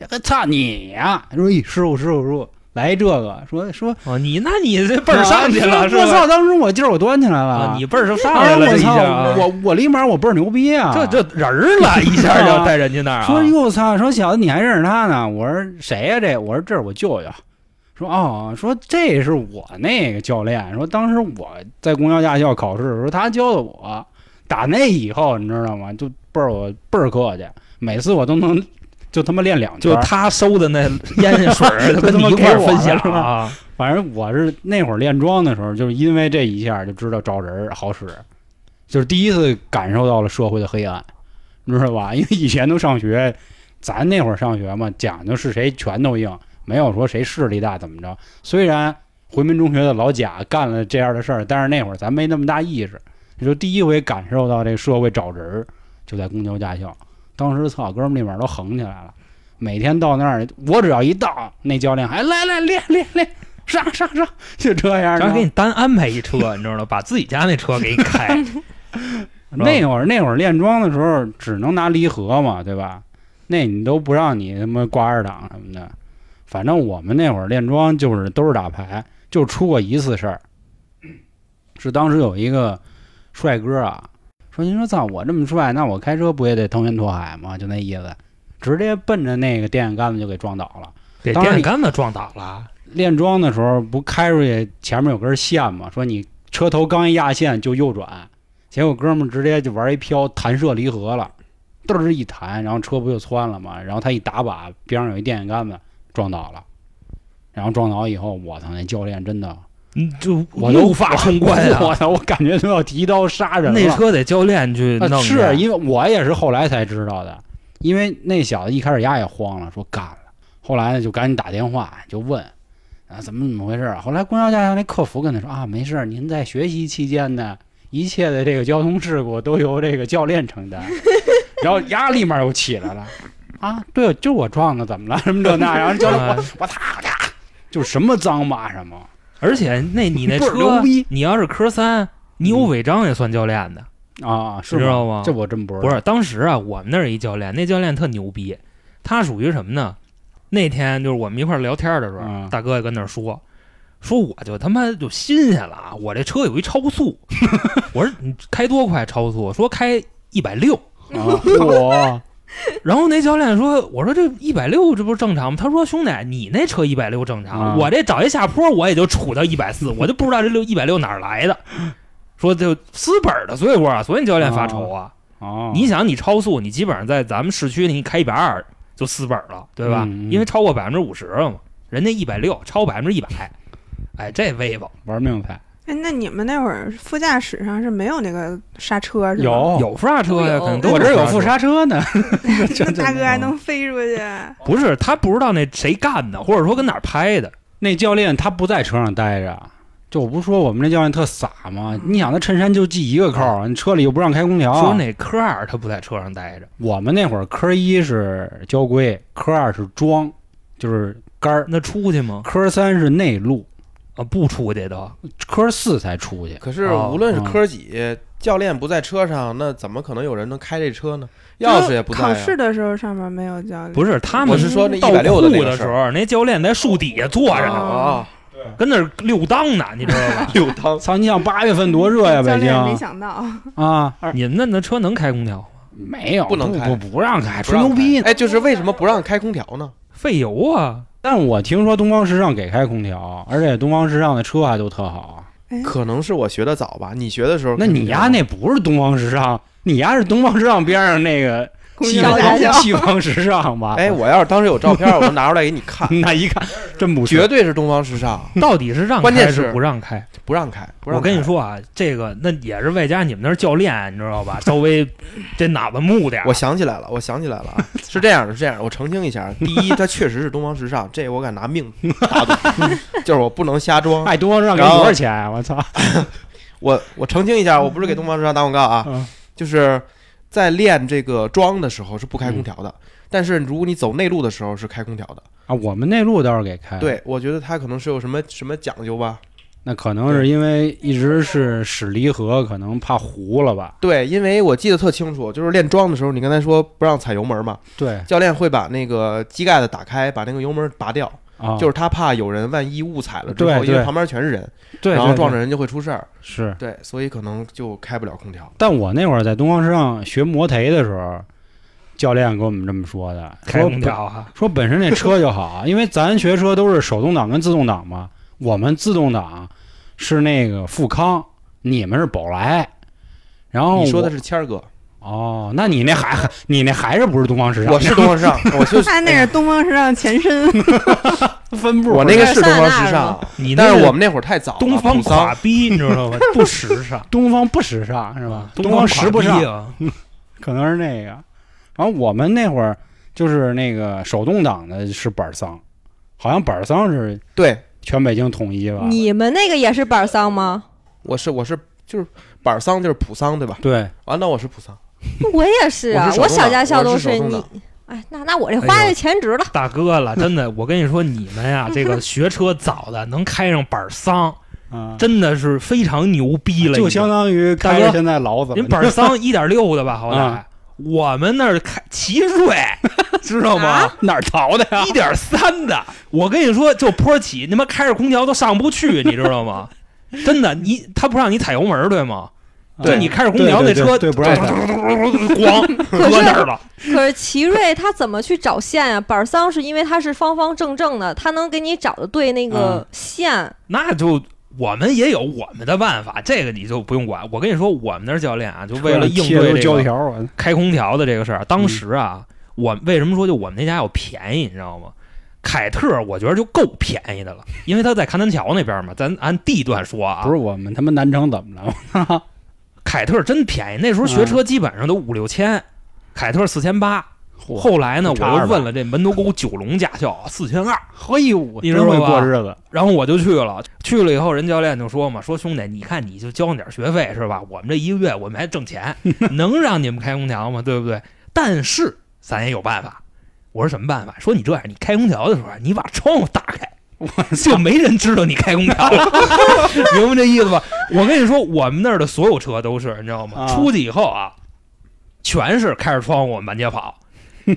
Speaker 1: 哎我操你呀、他说咦，师傅师傅师傅，来这个，说说
Speaker 2: 哦你那你这倍儿上去了是
Speaker 1: 啊我
Speaker 2: 吧？
Speaker 1: 操！当时我劲儿我端起来了，
Speaker 2: 啊，你倍儿上上
Speaker 1: 当
Speaker 2: 来
Speaker 1: 时哎我
Speaker 2: 了这一
Speaker 1: 操
Speaker 2: 下啊，，
Speaker 1: 我我立马我倍儿牛逼啊！
Speaker 2: 这这人儿 了一下
Speaker 1: 啊
Speaker 2: 就在人家那儿啊，
Speaker 1: 说哟我操，说小子你还认识他呢？我说谁呀、这我说这是我舅舅。说哦，说这是我那个教练，说当时我在公交驾校考试的时候，他教的我。打那以后，你知道吗？就倍儿我倍儿客气，每次我都能就他妈练两圈
Speaker 2: 就
Speaker 1: 儿。
Speaker 2: 他收的那烟 水儿，
Speaker 1: 就
Speaker 2: 跟
Speaker 1: 他
Speaker 2: 你
Speaker 1: 妈
Speaker 2: 一块儿
Speaker 1: 给我
Speaker 2: 分享
Speaker 1: 了是吧
Speaker 2: 啊。
Speaker 1: 反正我是那会儿练桩的时候，就是因为这一下就知道找人儿好使，就是第一次感受到了社会的黑暗，你知道吧？因为以前都上学，咱那会儿上学嘛，讲究是谁拳头硬，没有说谁势力大怎么着。虽然回民中学的老贾干了这样的事儿，但是那会儿咱没那么大意识，也就第一回感受到这社会找人儿，就在公交驾校。当时操，哥们儿那边儿都横起来了。每天到那儿，我只要一到，那教练还来来练练练，上上上，就这样。
Speaker 2: 然后给
Speaker 1: 你
Speaker 2: 你单安排一车，你知道吗？把自己家那车给你开，
Speaker 1: 那会儿那会儿练桩的时候，只能拿离合嘛，对吧？那你都不让你他妈挂二档什么的。反正我们那会儿练桩就是都是打牌，就出过一次事儿，是当时有一个帅哥啊，说您说操我这么帅，那我开车不也得腾云拓海吗？就那意思，直接奔着那个电线杆子就给撞倒了。
Speaker 2: 给
Speaker 1: 当
Speaker 2: 电
Speaker 1: 然
Speaker 2: 线
Speaker 1: 你
Speaker 2: 杆子撞倒了。
Speaker 1: 练桩的时候不开出去前面有根线吗？说你车头刚一压线就右转，结果哥们儿直接就玩一飘，弹射离合了，嘚儿一弹，然后车不就窜了吗？然后他一打把，边上有一电线杆子撞倒了，然后撞倒以后，我操，那教练真的，
Speaker 2: 嗯，就
Speaker 1: 我都
Speaker 2: 怒发冲冠
Speaker 1: 我
Speaker 2: 啊！
Speaker 1: 操，我感觉都要提刀杀人了。
Speaker 2: 那车得教练去
Speaker 1: 啊
Speaker 2: 弄去，
Speaker 1: 是因为我也是后来才知道的，因为那小子一开始丫也慌了，说干了，后来呢就赶紧打电话就问啊怎么怎么回事啊？后来公交驾校那客服跟他说啊没事儿，您在学习期间呢，一切的这个交通事故都由这个教练承担，然后丫立马又起来了。啊，对，就我撞的，怎么了？什么这那，然后教练
Speaker 2: 哎
Speaker 1: 我我擦我擦，就什么脏骂什么，
Speaker 2: 而且那你那
Speaker 1: 倍儿牛
Speaker 2: 车
Speaker 1: 逼，
Speaker 2: 你要是科三，你有
Speaker 1: 嗯
Speaker 2: 违章也算教练的。
Speaker 1: 啊，是
Speaker 2: 知
Speaker 1: 吗
Speaker 2: 道吗
Speaker 1: 这我真不知道。
Speaker 2: 不是，当时啊，我们那儿一教练，那教练特牛逼，他属于什么呢？那天就是我们一块儿聊天的时候，
Speaker 1: 嗯
Speaker 2: 大哥也跟那儿说，说我就他妈就新鲜了啊，我这车有一超速， 我说你开多快超速？说开一百六。
Speaker 1: 啊， 我
Speaker 2: 然后那教练说，我说这一百六这不是正常吗？他说兄弟，你那车一百六正常，
Speaker 1: 啊
Speaker 2: 我这找一下坡我也就杵到一百四，我就不知道这六一百六哪儿来的。说就私本儿的罪过啊，所以你教练发愁啊。
Speaker 1: 哦，
Speaker 2: 你想，你超速，你基本上在咱们市区，你开一百二就私本了，对吧？
Speaker 1: 嗯嗯
Speaker 2: 因为超过百分之五十了嘛，人家一百六，超百分之一百，哎，这威风
Speaker 1: 玩命才
Speaker 4: 哎，那你们那会儿副驾驶上是没有那个刹车是吧？
Speaker 5: 哦
Speaker 1: 有
Speaker 2: 有副刹车呀，
Speaker 3: 有
Speaker 2: 可能都
Speaker 1: 我这儿有副
Speaker 2: 车。
Speaker 1: 刹车呢，
Speaker 4: 那大哥还能飞出去？
Speaker 2: 不是他不知道那谁干的，或者说跟哪儿拍的，
Speaker 1: 那教练他不在车上待着，就我不说我们那教练特傻吗？你想他衬衫就系一个扣儿，你车里又不让开空
Speaker 2: 说
Speaker 5: 啊
Speaker 1: 调。
Speaker 2: 那科二他不在车上待着，
Speaker 1: 我们那会儿科一是交规，科二是桩，就是杆儿，
Speaker 2: 那出去吗？
Speaker 1: 科三是内路，
Speaker 2: 啊，不出去都。
Speaker 5: 嗯
Speaker 1: 科四才出去。
Speaker 5: 可是
Speaker 2: 哦
Speaker 5: 无论是
Speaker 1: 嗯
Speaker 5: 科几，教练不在车上，那怎么可能有人能开这车呢？
Speaker 4: 就是
Speaker 5: 钥匙也不在
Speaker 4: 考
Speaker 5: 啊。
Speaker 4: 试的时候上面没有教练，
Speaker 2: 不是他
Speaker 5: 我
Speaker 2: 们
Speaker 5: 是说那
Speaker 2: 到
Speaker 5: 160
Speaker 2: 库
Speaker 5: 的那个
Speaker 2: 的
Speaker 5: 事
Speaker 2: 时
Speaker 5: 儿
Speaker 2: 候，那教练在树底下坐着呢，
Speaker 5: 啊，
Speaker 2: 跟那儿溜当呢，你知道 吧？
Speaker 5: 有当
Speaker 1: 啊操，你想八月份多热呀，
Speaker 4: 教
Speaker 1: 北
Speaker 4: 练也没
Speaker 1: 京
Speaker 4: 想到，
Speaker 1: 啊！二
Speaker 2: 你们那那车能开空调吗？
Speaker 1: 没有，
Speaker 5: 不
Speaker 1: 不
Speaker 5: 能开
Speaker 1: 不不让开，
Speaker 5: 不
Speaker 1: 吹
Speaker 5: 让
Speaker 1: 牛逼呢。
Speaker 5: 哎，就是为什么不让开空调呢？
Speaker 2: 费油 啊！
Speaker 1: 但我听说东方时尚给开空调，而且东方时尚的车还都特好。
Speaker 4: 哎，
Speaker 5: 可能是我学的早吧，你学的时候
Speaker 1: 那
Speaker 5: 肯定
Speaker 1: 你丫那不是东方时尚，你丫是东方时尚边上那个
Speaker 4: 公
Speaker 1: 西
Speaker 4: 交驾校
Speaker 1: 方西方时尚吧？，
Speaker 5: 哎，，我要是当时有照片，我拿出来给你看
Speaker 1: 那一看真不
Speaker 5: 绝
Speaker 1: 是，
Speaker 5: 对是东方时尚，
Speaker 2: 到底是让
Speaker 5: 关键
Speaker 2: 开
Speaker 5: 是
Speaker 2: 不让开？
Speaker 5: 不让开，不让
Speaker 2: 我
Speaker 5: 开
Speaker 2: 跟你，说啊，这个那也是外加你们那儿教练，你知道吧？ 稍微这脑子木点儿。
Speaker 5: 我想起来了，我想起来了 啊，是这样的，是这样的，我澄清一下，第一，它确实是东方时尚，这我敢拿命打赌， 就是我不能瞎装。
Speaker 1: 爱东方时尚给
Speaker 5: 然后
Speaker 1: 多少钱啊？我操！
Speaker 5: 我我澄清一下，我不是给东方时尚打广告啊，
Speaker 1: 嗯
Speaker 5: 就是在练这个桩的时候是不
Speaker 1: 嗯
Speaker 5: 开空调的，但是如果你走内陆的时候是开空调的。
Speaker 1: 啊，我们内陆倒是给开，，
Speaker 5: 对，我觉得它可能是有什么什么讲究吧。
Speaker 1: 那可能是因为一直是驶离合，可能怕糊了吧？
Speaker 5: 对，因为我记得特清楚，就是练桩的时候，你刚才说不让踩油门嘛，
Speaker 1: 对
Speaker 5: 教练会把那个机盖子打开，把那个油门拔掉，
Speaker 1: 啊，
Speaker 5: 就是他怕有人万一误踩了之
Speaker 1: 对
Speaker 5: 后，因为
Speaker 1: 对
Speaker 5: 旁边全是人，
Speaker 1: 对，
Speaker 5: 然后
Speaker 1: 对
Speaker 5: 撞着
Speaker 1: 对
Speaker 5: 人就会出事儿。
Speaker 1: 是。
Speaker 5: 对，所以可能就开不了空调。
Speaker 1: 但我那会儿在东方时尚学摩腿的时候，教练跟我们这么说的，
Speaker 2: 开
Speaker 1: 说
Speaker 2: 空调啊，
Speaker 1: 说本身那车就好，啊因为咱学车都是手动挡跟自动挡嘛，我们自动挡是那个富康，你们是宝来。然后
Speaker 5: 你说
Speaker 1: 我
Speaker 5: 的是谦儿哥，
Speaker 1: 哦，那你那还还你那还是不是东方时尚？
Speaker 5: 我是东方时尚，我就
Speaker 4: 他那是东方时尚前身，
Speaker 1: 分部，
Speaker 5: 我那个是
Speaker 3: 是
Speaker 5: 东
Speaker 3: 萨
Speaker 5: 方
Speaker 3: 那
Speaker 5: 时
Speaker 3: 是
Speaker 5: 尚
Speaker 3: 吗，
Speaker 2: 你那
Speaker 5: 但是
Speaker 2: 是
Speaker 5: 我们那会儿太早了，
Speaker 2: 东方
Speaker 5: 普桑
Speaker 2: 垮逼，你知道吧？不时尚
Speaker 1: 东方不时尚是 吧？东
Speaker 2: 方
Speaker 1: 时不
Speaker 2: 垮
Speaker 1: 尚
Speaker 2: 逼，啊。
Speaker 1: 可能是那个。然后我们那会儿就是那个手动挡的是板桑，好像板桑是
Speaker 5: 对，
Speaker 1: 全北京统一吧？
Speaker 3: 你们那个也是板桑 吗？
Speaker 5: 我是我是就是板桑就是普桑对吧？
Speaker 1: 对，
Speaker 5: 啊，那我是普桑，
Speaker 3: 我也是啊，
Speaker 5: 我
Speaker 3: 我
Speaker 5: 是手动挡
Speaker 3: 小驾校
Speaker 5: 我
Speaker 3: 都
Speaker 5: 是手动
Speaker 3: 你
Speaker 5: 挡。
Speaker 3: 哎，那那我这花
Speaker 2: 哎呦
Speaker 3: 的钱值了。
Speaker 2: 大哥了，真的，我跟你说，你们呀，这个学车早的能开上板桑，
Speaker 1: 啊，
Speaker 2: 真的是非常牛逼了已经，
Speaker 1: 就相当于
Speaker 2: 大
Speaker 1: 开着
Speaker 2: 哥
Speaker 1: 现在老子了
Speaker 2: 人板桑一点六的吧，好歹
Speaker 1: 啊
Speaker 2: 我们那儿开奇瑞，知道吗？
Speaker 1: 哪儿淘的呀？
Speaker 2: 一点三的， 我跟你说，就坡起，他妈开着空调都上不去，你知道吗？真的，你他不让你踩油门，对吗？就你开着空调，那
Speaker 1: 嗯对对
Speaker 2: 车
Speaker 1: 对不让开
Speaker 2: 咣 搁那儿了。
Speaker 3: 可是奇瑞他怎么去找线呀、板桑是因为他是方方正正的，他能给你找的对那
Speaker 5: 嗯
Speaker 3: 个线。
Speaker 2: 那就我们也有我们的办法，这个你就不用管。我跟你说，我们那儿教练啊，就为了应
Speaker 1: 贴都
Speaker 2: 对
Speaker 1: 是
Speaker 2: 这
Speaker 1: 胶
Speaker 2: 个
Speaker 1: 条，啊我
Speaker 2: 开空调的这个事儿，
Speaker 1: 嗯
Speaker 2: 当时啊，我为什么说就我们那家要便宜，你知道吗？凯特我觉得就够便宜的了，因为他在邯郸桥那边嘛，咱按地段说啊，
Speaker 1: 不是我们他妈南昌怎么 了？
Speaker 2: 凯特真便宜，那时候学车基本上都五六千，凯特四千八。
Speaker 1: 嚯，
Speaker 2: 后来呢，我
Speaker 1: 差二百
Speaker 2: 又问了这门头沟九龙驾校啊四千二，
Speaker 1: 嘿，我啊
Speaker 2: 你
Speaker 1: 真
Speaker 2: 知道
Speaker 1: 会
Speaker 2: 吧
Speaker 1: 过日子，
Speaker 2: 然后我就去了。去了以后，人教练就说嘛，说兄弟，你看你就交那点学费是吧？我们这一个月我们还挣钱，能让你们开空调吗？对不对？但是咱也有办法。我说什么办法？说你这样，你开空调的时候，你把窗户打开。就没人知道你开空调了，明白这意思吧？我跟你说，我们那儿的所有车都是，你知道
Speaker 1: 啊
Speaker 2: 吗？出去以后啊，全是开着窗户满街跑，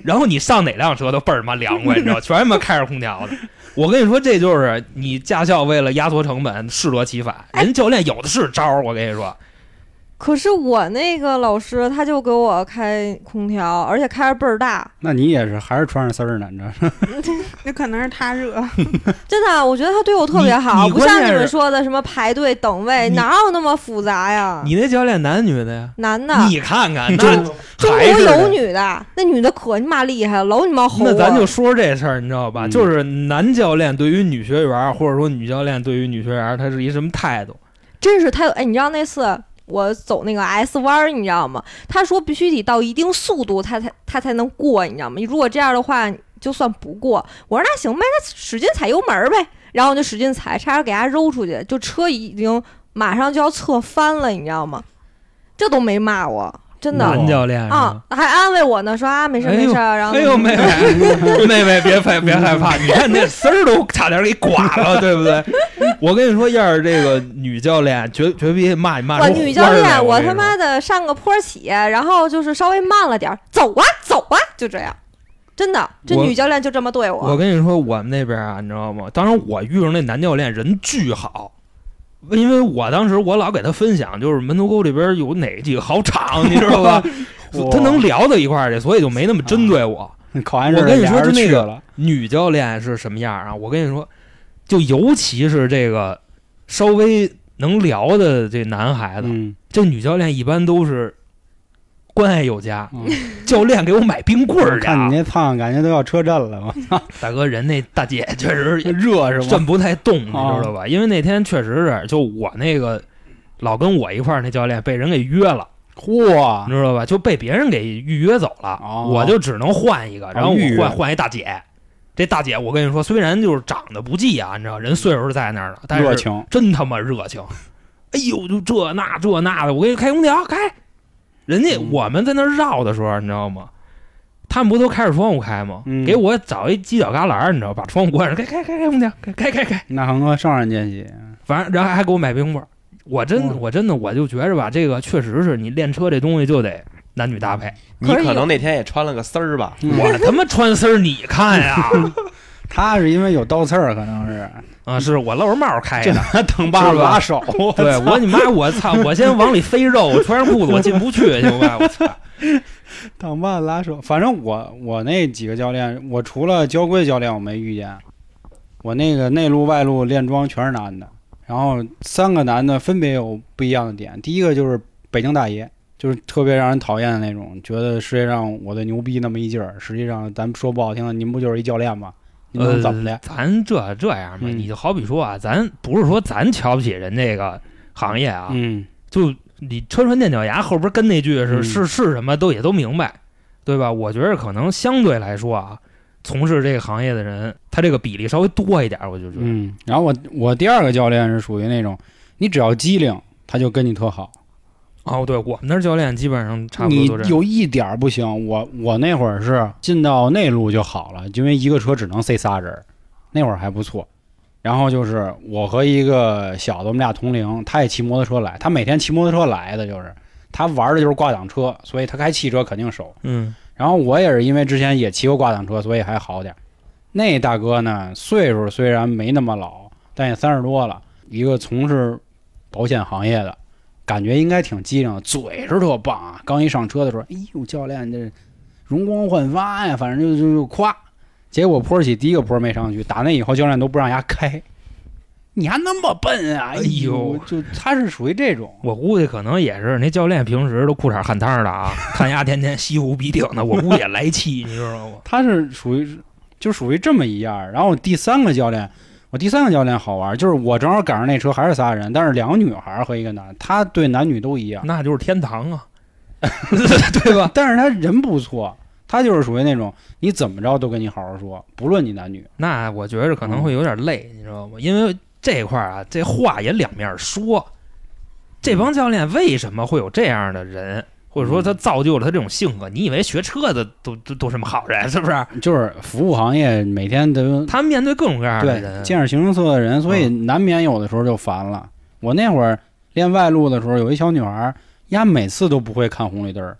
Speaker 2: 然后你上哪辆车都倍儿他妈凉快，你知道，全他妈开着空调的。我跟你说，这就是你驾校为了压缩成本适得其反，人教练有的是招儿。我跟你说，
Speaker 3: 可是我那个老师他就给我开空调，而且开着倍儿大，
Speaker 1: 那你也是还是穿上丝儿呢？你知道
Speaker 4: 那可能是他热，
Speaker 3: 真的，我觉得他对我特别
Speaker 2: 你
Speaker 3: 好，
Speaker 2: 你
Speaker 3: 不
Speaker 2: 关键
Speaker 3: 像你们
Speaker 2: 是
Speaker 3: 说的什么排队等位，
Speaker 2: 你
Speaker 3: 哪有那么复杂呀？
Speaker 2: 你那教练男女的呀？
Speaker 3: 男的，
Speaker 2: 你看看，
Speaker 1: 就
Speaker 2: 那
Speaker 3: 中
Speaker 2: 还
Speaker 3: 国
Speaker 2: 是
Speaker 3: 有女啊的，那女的可你妈厉害了，老你妈吼我。
Speaker 2: 那咱就说这事儿，你知道吧？
Speaker 1: 嗯
Speaker 2: 就是男教练对于女学员儿，或者说女教练对于女学员儿，他是一什么态度？
Speaker 3: 真是他，哎，你知道那次我走那个 S 弯儿，你知道吗？他说必须得到一定速度，他才他才能过，你知道吗？如果这样的话，就算不过。我说那行呗，那使劲踩油门儿呗，然后我就使劲踩，差点给他揉出去，就车已经马上就要侧翻了，你知道吗？这都没骂我，真的。
Speaker 2: 男教练是
Speaker 3: 啊
Speaker 2: 吧，
Speaker 3: 还安慰我呢，说啊没
Speaker 2: 嗯
Speaker 3: 事
Speaker 2: 哎
Speaker 3: 没
Speaker 2: 呦
Speaker 3: 事，然后
Speaker 2: 哎呦，妹妹， 妹妹别害别害怕，你看那丝儿都差点给刮了，对不对？ 我跟你说，要是这个女教练，绝绝逼骂你骂
Speaker 3: 我
Speaker 2: 出
Speaker 3: 女教
Speaker 2: 花儿来
Speaker 3: 练，
Speaker 2: 我
Speaker 3: 我
Speaker 2: 跟你
Speaker 3: 他
Speaker 2: 说
Speaker 3: 妈的上个坡儿起，然后就是稍微慢了点儿，走啊走啊，就这样，真的，这
Speaker 2: 我
Speaker 3: 女教练就这么对我。
Speaker 2: 我跟你说，我们那边啊，你知道吗？当时我遇上那男教练人巨好，因为我当时我老给他分享，就是门头沟这边有哪几个好 厂，你知道吧？
Speaker 1: 吗？
Speaker 2: 他 能聊到一块儿去，所以就没那么针对
Speaker 1: 啊
Speaker 2: 我。
Speaker 1: 考完试，
Speaker 2: 我跟你
Speaker 1: 俩
Speaker 2: 说
Speaker 1: 人
Speaker 2: 就那
Speaker 1: 去
Speaker 2: 个
Speaker 1: 了，
Speaker 2: 女教练是什么样啊？我跟你说，就尤其是这个稍微能聊的这男孩子，
Speaker 1: 嗯，
Speaker 2: 这女教练一般都是关爱有加，
Speaker 1: 嗯
Speaker 2: 教练给我买冰棍儿去
Speaker 1: 看
Speaker 2: 啊
Speaker 1: 你。那烫，感觉都要车震了， 我
Speaker 2: 大哥，人那大姐确实
Speaker 1: 热啊是吗？
Speaker 2: 震不太动，你知
Speaker 1: 哦
Speaker 2: 道吧？因为那天确实是，就我那个老跟我一块儿那教练被人给约了，
Speaker 1: 嚯
Speaker 2: 你，知道吧？就被别人给预约走了，
Speaker 1: 啊哦
Speaker 2: 我就只能换一个，然后
Speaker 1: 预约
Speaker 2: 我换换一大姐。这大姐，我跟你说，虽然就是长得不济啊，你知道，人岁数是在那儿了，但
Speaker 1: 热
Speaker 2: 是
Speaker 1: 情，
Speaker 2: 真他妈热情。哎呦，就这那这那的，我给你开空调开。人家
Speaker 1: 嗯
Speaker 2: 我们在那儿绕的时候，你知道吗？他们不都开着窗户开吗？
Speaker 1: 嗯
Speaker 2: 给我找一犄角旮旯儿，你知道，把窗户关上，开开开开空调，开开开开。
Speaker 1: 那恒哥上上见喜，
Speaker 2: 反正然后还给我买冰棍儿。我真
Speaker 1: 哇
Speaker 2: 我真的我就觉着吧，这个确实是你练车这东西就得男女搭配。
Speaker 5: 你
Speaker 3: 可是
Speaker 5: 可
Speaker 3: 有
Speaker 5: 能那天也穿了个丝儿吧？
Speaker 1: 嗯
Speaker 2: 我他妈穿丝儿，你 看呀！
Speaker 1: 他是因为有倒刺儿，可能是
Speaker 2: 啊，是我露着帽儿开
Speaker 1: 这
Speaker 2: 的。
Speaker 1: 他疼爸
Speaker 2: 是
Speaker 1: 爸
Speaker 2: 吧
Speaker 1: 拉手，我
Speaker 2: 对我你妈，我 操！我先往里塞肉，我穿上裤子我进不去，行吧？我操！
Speaker 1: 挡把拉手，反正我我那几个教练，我除了交规教练我没遇见，我那个内路外路练桩全是男的，然后三个男的分别有不一样的点，第一个就是北京大爷，就是特别让人讨厌的那种，觉得世界上我的牛逼那么一劲儿，实际上咱们说不好听的，您不就是一教练吗？ 你能怎么的？
Speaker 2: 呃咱这这样吧，
Speaker 1: 嗯
Speaker 2: 你就好比说啊，咱不是说咱瞧不起人这个行业啊，
Speaker 1: 嗯，
Speaker 2: 就你车船垫脚牙后边跟那句是、
Speaker 1: 嗯
Speaker 2: 是是什么都也都明白，对吧？我觉得可能相对来说啊，从事这个行业的人，他这个比例稍微多一点，我就觉得。
Speaker 1: 嗯，然后我我第二个教练是属于那种，你只要机灵，他就跟你特好。
Speaker 2: 哦，对，我们那儿教练基本上差不
Speaker 1: 你
Speaker 2: 多都这样。
Speaker 1: 有一点儿不行，我我那会儿是进到内陆就好了，因为一个车只能塞仨人儿，那会儿还不错。然后就是我和一个小子，我们俩同龄，他也骑摩托车来，他每天骑摩托车来的，就是他玩的就是挂档车，所以他开汽车肯定熟。
Speaker 2: 嗯，
Speaker 1: 然后我也是因为之前也骑过挂档车，所以还好点儿。那大哥呢，岁数虽然没那么老，但也三十多了，一个从事保险行业的，感觉应该挺机灵的，嘴是特棒啊。刚一上车的时候，哎呦，教练这容光焕发呀，反正就就就夸。结果坡起第一个坡没上去，打那以后教练都不让人家开。你还那么笨啊！哎
Speaker 2: 哎呦
Speaker 1: 呦，就他是属于这种，
Speaker 2: 我估计可能也是那教练平时都裤衩汗裆的啊， 看丫天天西湖笔挺的，我估计也来气，你知道吗？
Speaker 1: 他是属于就属于这么一样儿。然后我第三个教练，我第三个教练好玩儿，就是我正好赶上那车还是仨人，但是两个女孩儿和一个男，他对男女都一样，
Speaker 2: 那就是天堂啊， 对吧？
Speaker 1: 但是他人不错，他就是属于那种你怎么着都跟你好好说，不论你男女。
Speaker 2: 那我觉着可能会有点累，你知道吗？因为这块儿啊，这话也两面说。这帮教练为什么会有这样的人，或者说他造就了他这种性格？你以为学车的都都都什么好人，是不是？
Speaker 1: 就是服务行业每天都有
Speaker 2: 他面对各种各样的
Speaker 1: 对
Speaker 2: 人，嗯
Speaker 1: 见识形形色色的人，所以难免有的时候就烦了。我那会儿练外路的时候，有一小女孩儿，丫每次都不会看红绿灯儿，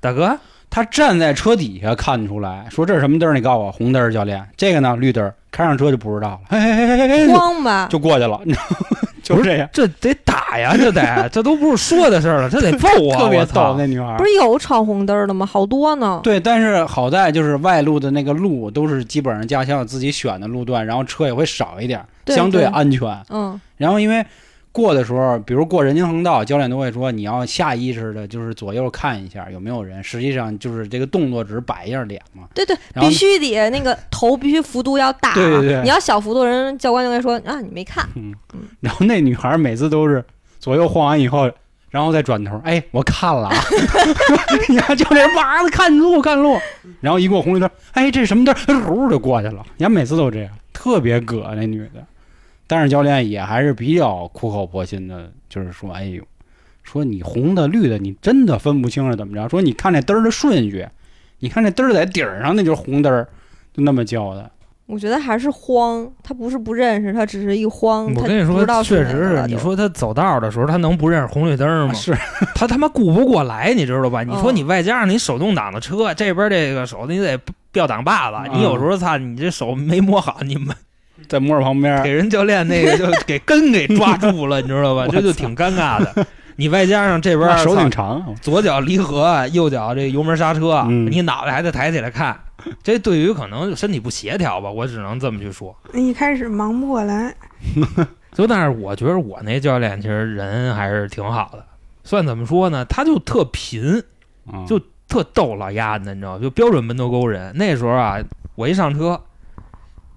Speaker 2: 大哥，
Speaker 1: 她站在车底下看出来，说这是什么灯儿？你告诉我，红灯儿，教练，这个呢，绿灯儿，开上车就不知道了，嘿嘿嘿嘿嘿嘿，
Speaker 3: 慌吧？
Speaker 1: 就过去了， 你知道吗？就这样，
Speaker 2: 这得打呀，这得，这都不是说的事儿了，这得揍啊！
Speaker 1: 特别
Speaker 2: 我操
Speaker 1: 逗那女孩儿
Speaker 3: 不。是有闯红灯的吗？好多呢。
Speaker 1: 对，但是好在就是外路的那个路都是基本上驾校自己选的路段，然后车也会少一点儿，
Speaker 3: 对
Speaker 1: 相对
Speaker 3: 对
Speaker 1: 安全。
Speaker 3: 嗯，
Speaker 1: 然后因为过的时候，比如过人行横道，教练都会说你要下意识的就是左右看一下有没有人，实际上就是这个动作只是摆一下脸嘛。
Speaker 3: 对对，
Speaker 1: 然后
Speaker 3: 必须得那个头必须幅度要大。
Speaker 1: 对对对
Speaker 3: 你要小幅度，人教官就会说啊，你没看。
Speaker 1: 然后那女孩每次都是左右晃完以后，然后再转头，哎，我看了啊， 然后教练哇看路看路，然后一过红绿灯，哎，这什么灯，呜就过去了。人家每次都这样，特别葛那女的。但是教练也还是比较苦口婆心的，就是说，哎呦，说你红的绿的，你真的分不清是怎么着。说你看这灯儿的顺序，你看这灯儿在顶儿上，那就是红灯儿，就那么教的。
Speaker 3: 我觉得还是慌，他不是不认识，他只是一慌。
Speaker 2: 我
Speaker 3: 他
Speaker 2: 跟你
Speaker 3: 不
Speaker 2: 说
Speaker 3: 知，道
Speaker 2: 确
Speaker 3: 哪
Speaker 2: 实
Speaker 3: 个
Speaker 2: 是
Speaker 3: 了
Speaker 2: 你
Speaker 3: 就
Speaker 2: 说他走道的时候，他能不认识红绿灯吗？
Speaker 1: 啊是
Speaker 2: 他他妈顾不过来，你知道吧？你说
Speaker 3: 嗯
Speaker 2: 你外加上你手动挡的车，这边这个手你得吊挡把子，
Speaker 1: 嗯
Speaker 2: 你有时候操，你这手没摸好，你们
Speaker 1: 在摸着旁边儿，
Speaker 2: 给人教练那个就给根给抓住了，你 知道吧？这就挺尴尬的。你外加上这边
Speaker 1: 那手
Speaker 2: 操
Speaker 1: 挺长啊，
Speaker 2: 左脚离合，右脚这油门刹车，
Speaker 1: 嗯
Speaker 2: 你脑袋还得抬起来看，这对于可能身体不协调吧，我只能这么去说。
Speaker 4: 一开始忙不过来，
Speaker 2: 就但是我觉得我那教练其实人还是挺好的，算怎么说呢？他就特贫，
Speaker 1: 嗯
Speaker 2: 就特逗老丫的，你知道吗，就标准门头沟人。那时候啊，我一上车，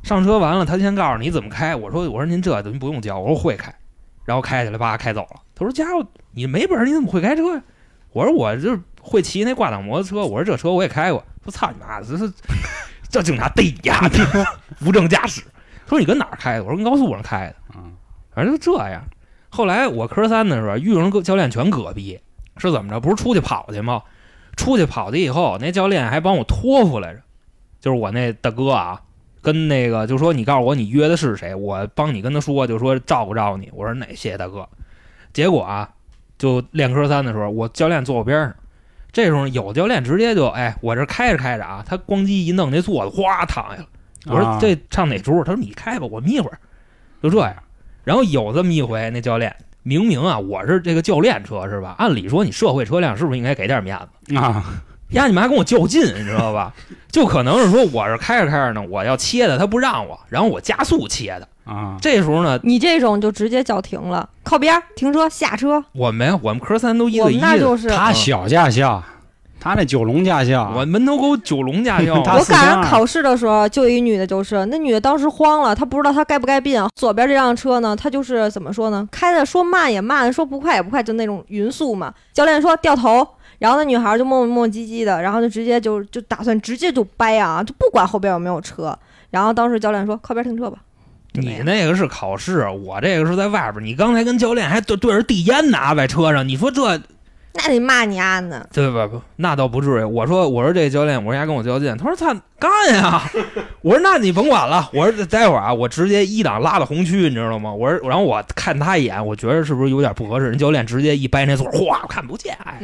Speaker 2: 上车完了，他先告诉你怎么开，我说我说您这您不用教，我说我会开，然后开起来叭开走了。他说家伙，你没本事你怎么会开车呀？我说我就是会骑那挂挡摩托车，我说这车我也开过。说操你妈，这是这警察逮你丫的 无证驾驶。他说你跟哪儿开的？我说跟高速上开的。
Speaker 1: 嗯
Speaker 2: 反正就这样。后来我科三的时候遇上个教练全戈壁，是怎么着？不是出去跑去吗？出去跑去以后，那教练还帮我托付来着，就是我那大哥啊，跟那个就说你告诉我你约的是谁，我帮你跟他说，就说照顾照顾你。我说那谢谢大哥。结果啊，就练科三的时候，我教练坐我边上，这时候有教练直接就哎，我这开着开着啊，他咣叽一弄那座子，哗躺下了。我说
Speaker 1: 啊
Speaker 2: 这上哪出？他说你开吧，我眯会儿，就这样。然后有这么一回，那教练明明啊，我是这个教练车是吧？按理说你社会车辆是不是应该给点面子？
Speaker 1: 啊。
Speaker 2: 呀，你们还跟我较劲，你知道吧？就可能是说我是开着开着呢，我要切的，他不让我，然后我加速切的。
Speaker 1: 啊，
Speaker 2: 这时候呢，
Speaker 3: 你这种就直接叫停了，靠边儿停车下车。
Speaker 2: 我没有，我们科三都一
Speaker 3: 我
Speaker 2: 对
Speaker 3: 们
Speaker 2: 一
Speaker 3: 那
Speaker 2: 的，
Speaker 3: 就是，
Speaker 1: 他
Speaker 2: 嗯
Speaker 1: 小驾校，他那九龙驾校，
Speaker 2: 我门头沟九龙 驾校
Speaker 1: 他
Speaker 3: 我
Speaker 1: 四
Speaker 3: 赶
Speaker 1: 千
Speaker 3: 上
Speaker 1: 二
Speaker 3: 考试的时候，就有一女的，就是那女的当时慌了，她不知道她该不该并。左边这辆车呢，她就是怎么说呢，开的说慢也慢，说不快也不快，就那种匀速嘛。教练说掉头，然后那女孩就磨磨唧唧的，然后就直接就就打算直接就掰啊，就不管后边有没有车。然后当时教练说靠边停车吧，
Speaker 2: 你那个是考试，我这个是在外边。你刚才跟教练还对对着递烟呢，啊在车上，你说这
Speaker 3: 那得骂你啊呢。
Speaker 2: 对吧？不，那倒不至于。我说，我说这教练，我说丫跟我较劲，他说他干呀。 我说那你甭管了，我说待会儿啊，我直接一档拉到红区，你知道吗？我说，然后我看他一眼，我觉得是不是有点不合适？人教练直接一掰那座，哗，看不见，哎，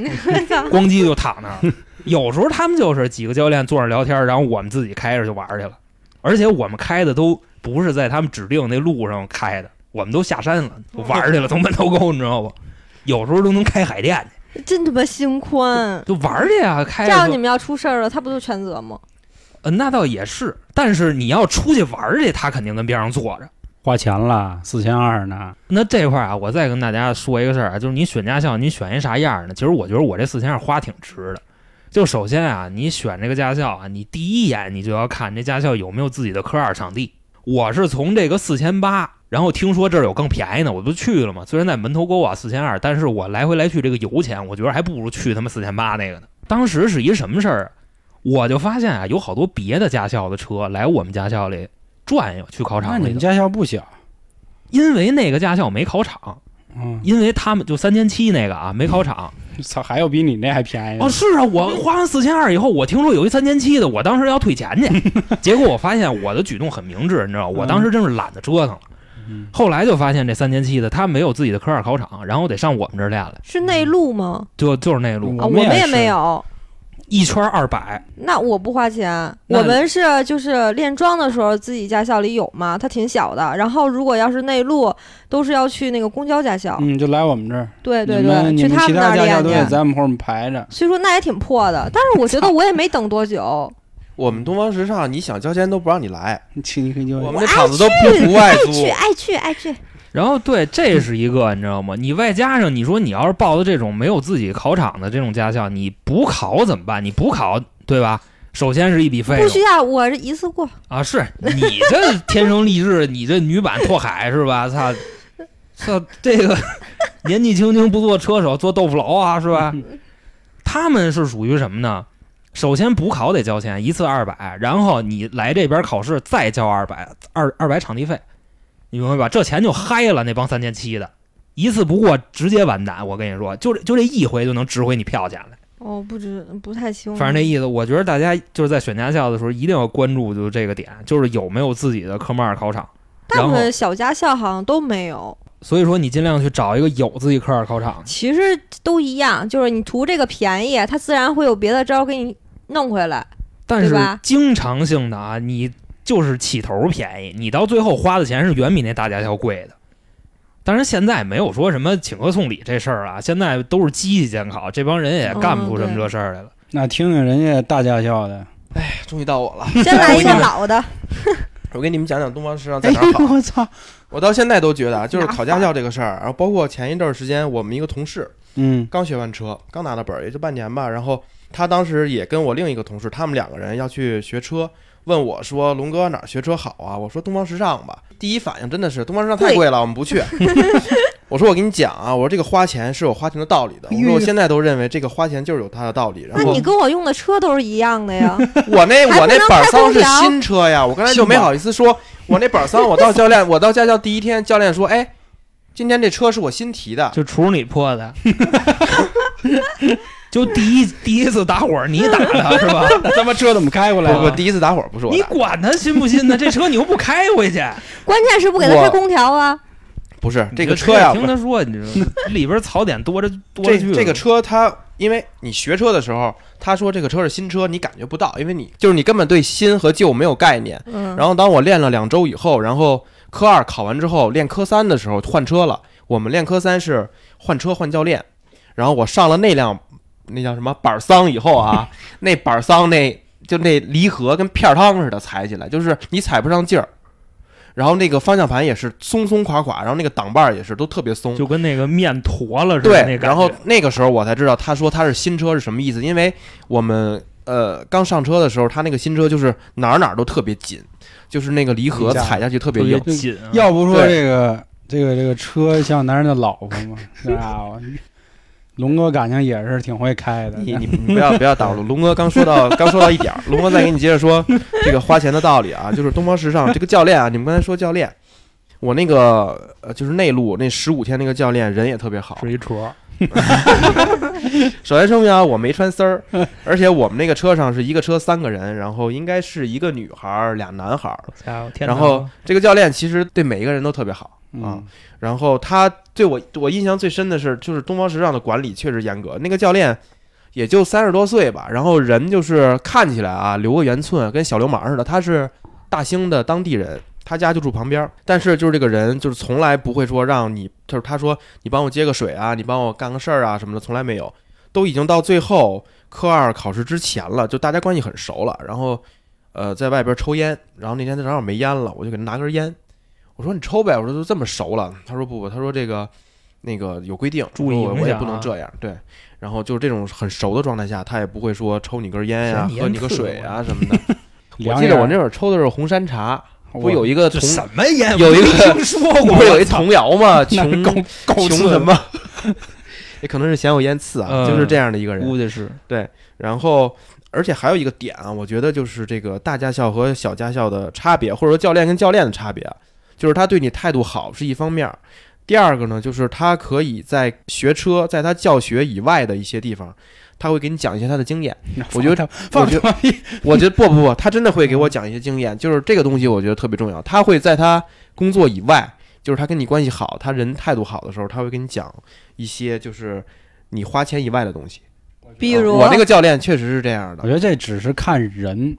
Speaker 2: 咣叽就躺那儿了。有时候他们就是几个教练坐着聊天，然后我们自己开着就玩去了，而且我们开的都不是在他们指定那路上开的，我们都下山了，玩去了，从门头沟，你知道不？有时候都能开海淀去，
Speaker 3: 真他妈心宽。
Speaker 2: 就玩儿去呀、开
Speaker 3: 这
Speaker 2: 着
Speaker 3: 样
Speaker 2: 就
Speaker 3: 你们要出事儿了，他不就全责吗？
Speaker 2: 呃，那倒也是，但是你要出去玩儿去，他肯定跟边上坐着。
Speaker 1: 花钱了，四千二呢。
Speaker 2: 那这块儿啊，我再跟大家说一个事儿啊，就是你选驾校，你选一啥样儿呢？其实我觉得我这四千二花挺值的。就首先啊，你选这个驾校啊，你第一眼你就要看这驾校有没有自己的科二场地。我是从这个四千八，然后听说这儿有更便宜的，我不去了嘛。虽然在门头沟啊四千二，但是我来回来去这个油钱，我觉得还不如去他妈四千八那个呢。当时是一什么事儿啊？我就发现啊，有好多别的驾校的车来我们驾校里转悠去考
Speaker 1: 那
Speaker 2: 场
Speaker 1: 你
Speaker 2: 里
Speaker 1: 们
Speaker 2: 头，
Speaker 1: 驾校不小，
Speaker 2: 因为那个驾校没考场，
Speaker 1: 嗯，
Speaker 2: 因为他们就三千七那个啊没考场
Speaker 1: 操，还有比你那还便宜
Speaker 3: 嗯
Speaker 1: 的
Speaker 2: 哦，是啊，我花完四千二以后，我听说有一三千七的，我当时要退钱 去，结果我发现我的举动很明智，你知道吗，
Speaker 3: 嗯
Speaker 2: 我当时真是懒得折腾了。
Speaker 1: 嗯
Speaker 2: 后来就发现这三千七的他没有自己的科二考场，然后得上我们这儿练来，
Speaker 3: 是内陆吗？
Speaker 2: 就就是那路
Speaker 1: 嗯我
Speaker 3: 啊，我
Speaker 1: 们也
Speaker 3: 们也
Speaker 1: 是
Speaker 3: 没有。
Speaker 2: 一圈二百，
Speaker 3: 那我不花钱，
Speaker 2: 那
Speaker 3: 我们是就是练桩的时候自己驾校里有嘛，它挺小的。然后如果要是内陆，都是要去那个公交驾校，
Speaker 1: 嗯，就来我们这儿，
Speaker 3: 对对
Speaker 1: 你
Speaker 3: 对，
Speaker 1: 们你
Speaker 3: 去
Speaker 1: 们其
Speaker 3: 们那
Speaker 1: 他
Speaker 3: 儿
Speaker 1: 驾校
Speaker 3: 练
Speaker 1: 都得
Speaker 3: 去。
Speaker 1: 在我们后面排着。
Speaker 3: 所以说那也挺破的，但是我觉得我也没等多 久，
Speaker 5: 我们东方时尚，你想交钱都不让你来，
Speaker 1: 你请你可以就
Speaker 5: 我们这厂子都不不外
Speaker 3: 爱
Speaker 5: 租
Speaker 3: 去，爱去爱去。
Speaker 1: 哎
Speaker 2: 然后对，这是一个你知道吗？你外加上你说你要是报的这种没有自己考场的这种驾校，你补考怎么办？你补考对吧？首先是一笔费
Speaker 3: 不
Speaker 2: 用，
Speaker 3: 需要，我这一次过。
Speaker 2: 啊，是你这天生丽质，你这女版拓海是吧？ 操，操这个 年纪轻轻不做车手，做豆腐楼啊，是吧？他们是属于什么呢？首先补考得交钱，一次二百，然后你来这边考试再交二百，二二百场地费，你明白吧？这钱就嗨了那帮三千七的，一次不过直接完蛋。我跟你说，就这就这一回就能值回你票钱了。
Speaker 3: 哦，不知不太清楚。
Speaker 2: 反正那意思，我觉得大家就是在选驾校的时候一定要关注，就是这个点，就是有没有自己的科目二考场。
Speaker 3: 大
Speaker 2: 然
Speaker 3: 部
Speaker 2: 后，
Speaker 3: 分小驾校好像都没有，
Speaker 2: 所以说你尽量去找一个有自己科二考场。
Speaker 3: 其实都一样，就是你图这个便宜，它自然会有别的招儿给你弄 回来。
Speaker 2: 但
Speaker 3: 对
Speaker 2: 是
Speaker 3: 吧
Speaker 2: 经常性的啊，你就是起头便宜，你到最后花的钱是远比那大驾校贵的。当然，现在没有说什么请客送礼这事儿啊，现在都是机器监考，这帮人也干不出什么这事儿来了。
Speaker 1: 那听听人家大驾校的，
Speaker 5: 终于到我了。
Speaker 3: 先来一个老的，
Speaker 5: 我给你们讲讲东方时尚在
Speaker 1: 哎
Speaker 5: 哪儿好。
Speaker 1: 呦我操，
Speaker 5: 我到现在都觉得，啊，就是
Speaker 3: 哪儿
Speaker 5: 考驾校这个事儿，然后包括前一段时间，我们一个同事
Speaker 1: 嗯
Speaker 5: 刚学完车，刚拿到本儿，也就半年吧。然后他当时也跟我另一个同事，他们两个人要去学车，问我说：“龙哥哪儿学车好啊？”我说：“东方时尚吧。”第一反应真的是东方时尚太贵了，我们 不去。我说：“我跟你讲啊，我说这个花钱是有花钱的道理
Speaker 3: 哎
Speaker 5: 的。我说我现在都认为这个花钱就是有它的道理。”
Speaker 3: 那
Speaker 5: 然后
Speaker 3: 你跟我用的车都是一样的 呀。
Speaker 5: 我那
Speaker 3: 还不
Speaker 5: 我那
Speaker 3: 能
Speaker 5: 板
Speaker 3: 开
Speaker 5: 桑
Speaker 3: 空
Speaker 5: 是
Speaker 3: 调
Speaker 5: 新车呀，我刚才就没好意思说，我那板 桑我到教练，我到驾校第一天，教练说：“哎，今天这车是我新提的。”
Speaker 2: 就除你破的，就第一第一次打火你打的是吧？
Speaker 1: 他妈车怎么开过
Speaker 5: 不
Speaker 1: 来
Speaker 5: 不，
Speaker 1: 的？
Speaker 5: 第一次打火不是我
Speaker 2: 你
Speaker 5: 打的，
Speaker 2: 管他新不新呢？这车你又不开回去，
Speaker 3: 关键是不给他
Speaker 5: 我
Speaker 3: 开空调啊！
Speaker 5: 不是 这
Speaker 2: 你就
Speaker 5: 个车呀，
Speaker 2: 听
Speaker 5: 不是
Speaker 2: 他说，你 这里边槽点多着多
Speaker 5: 这
Speaker 2: 着去了
Speaker 5: 这个车它，因为你学车的时候，他说这个车是新车，你感觉不到，因为你就是你根本对新和旧没有概念。
Speaker 3: 嗯，
Speaker 5: 然后当我练了两周以后，然后科二考完之后，练科三的时候换车了。我们练科三是换车换教练，然后我上了那辆那叫什么板桑以后啊，那板桑那就那离合跟片儿汤似的踩起来，就是你踩不上劲儿。然后那个方向盘也是松松垮垮，然后那个挡把儿也是都特别松，
Speaker 2: 就跟那个面坨了似的，
Speaker 5: 对
Speaker 2: 那，感觉
Speaker 5: 然后那个时候我才知道，他说他是新车是什么意思，因为我们呃刚上车的时候，他那个新车就是哪儿哪儿都特别紧，就是那个离合
Speaker 1: 你家
Speaker 5: 踩下去特别
Speaker 2: 特别
Speaker 5: 硬。
Speaker 2: 紧啊，
Speaker 1: 要不说
Speaker 5: 对
Speaker 1: 这个这个这个车像男人的老婆 嘛，那家伙，龙哥感情也是挺会开的。
Speaker 5: 你你你不要不要打我，龙哥刚说到刚说到一点儿，龙哥再给你接着说这个花钱的道理啊，就是东方时尚这个教练啊，你们刚才说教练，我那个呃就是内陆那十五天那个教练人也特别好，
Speaker 2: 是一坨，
Speaker 5: 首先声明啊，我没穿丝儿，而且我们那个车上是一个车三个人，然后应该是一个女孩儿俩男孩儿，
Speaker 2: 家伙天哪
Speaker 5: 然后这个教练其实对每一个人都特别好啊、
Speaker 1: 嗯，
Speaker 5: 然后他对我我印象最深的是，就是东方时尚的管理确实严格。那个教练也就三十多岁吧，然后啊人就是看起来啊留个圆寸，跟小流氓似的。他是大兴的当地人，他家就住旁边儿，但是就是这个人就是从来不会说让你，就是他说你帮我接个水啊，你帮我干个事儿啊什么的，从来没有。都已经到最后科二考试之前了，就大家关系很熟了。然后，呃，在外边抽烟，然后那天他正好没烟了，我就给他拿根烟，我说你抽呗，我说都这么熟了。他说不不，他说这个那个有规定，
Speaker 2: 注意
Speaker 5: 我说我
Speaker 2: 影
Speaker 5: 也
Speaker 2: 响
Speaker 5: 不能
Speaker 2: 啊
Speaker 5: 这样。对，然后就是这种很熟的状态下，他也不会说抽你根烟呀、
Speaker 2: 嫌你烟
Speaker 5: 喝你个
Speaker 2: 刺
Speaker 5: 水
Speaker 2: 我
Speaker 5: 啊 什么的。我
Speaker 1: 凉
Speaker 5: 记得
Speaker 1: 人
Speaker 5: 我那会儿抽的是红山茶，不 有一个
Speaker 2: 这
Speaker 5: 童
Speaker 2: 什么烟？
Speaker 5: 有一个
Speaker 2: 我没听说过，
Speaker 5: 不是有 一
Speaker 2: 我操
Speaker 5: 童谣吗？
Speaker 1: 那
Speaker 5: 穷
Speaker 1: 够够
Speaker 5: 穷
Speaker 1: 次
Speaker 5: 什么？ 也可能是嫌我烟刺啊，
Speaker 2: 嗯
Speaker 5: 就是这样的一个人。
Speaker 2: 估计是
Speaker 5: 然后，而且还有一个点啊，我觉得就是这个大驾校和小驾校的差别，或者说教练跟教练的差别啊，就是他对你态度好是一方面儿，第二个呢，就是他可以在学车，在他教学以外的一些地方，他会给你讲一些他的经验。
Speaker 1: 那
Speaker 5: 我觉得
Speaker 1: 放
Speaker 5: 我觉
Speaker 1: 他妈屁
Speaker 5: 我觉得不不不，他真的会给我讲一些经验，就是这个东西我觉得特别重要。他会在他工作以外，就是他跟你关系好，他人态度好的时候，他会跟你讲一些就是你花钱以外的东西。啊
Speaker 3: 比如
Speaker 5: 呃我那个教练确实是这样
Speaker 1: 我
Speaker 5: 的，
Speaker 1: 觉得这只是看人，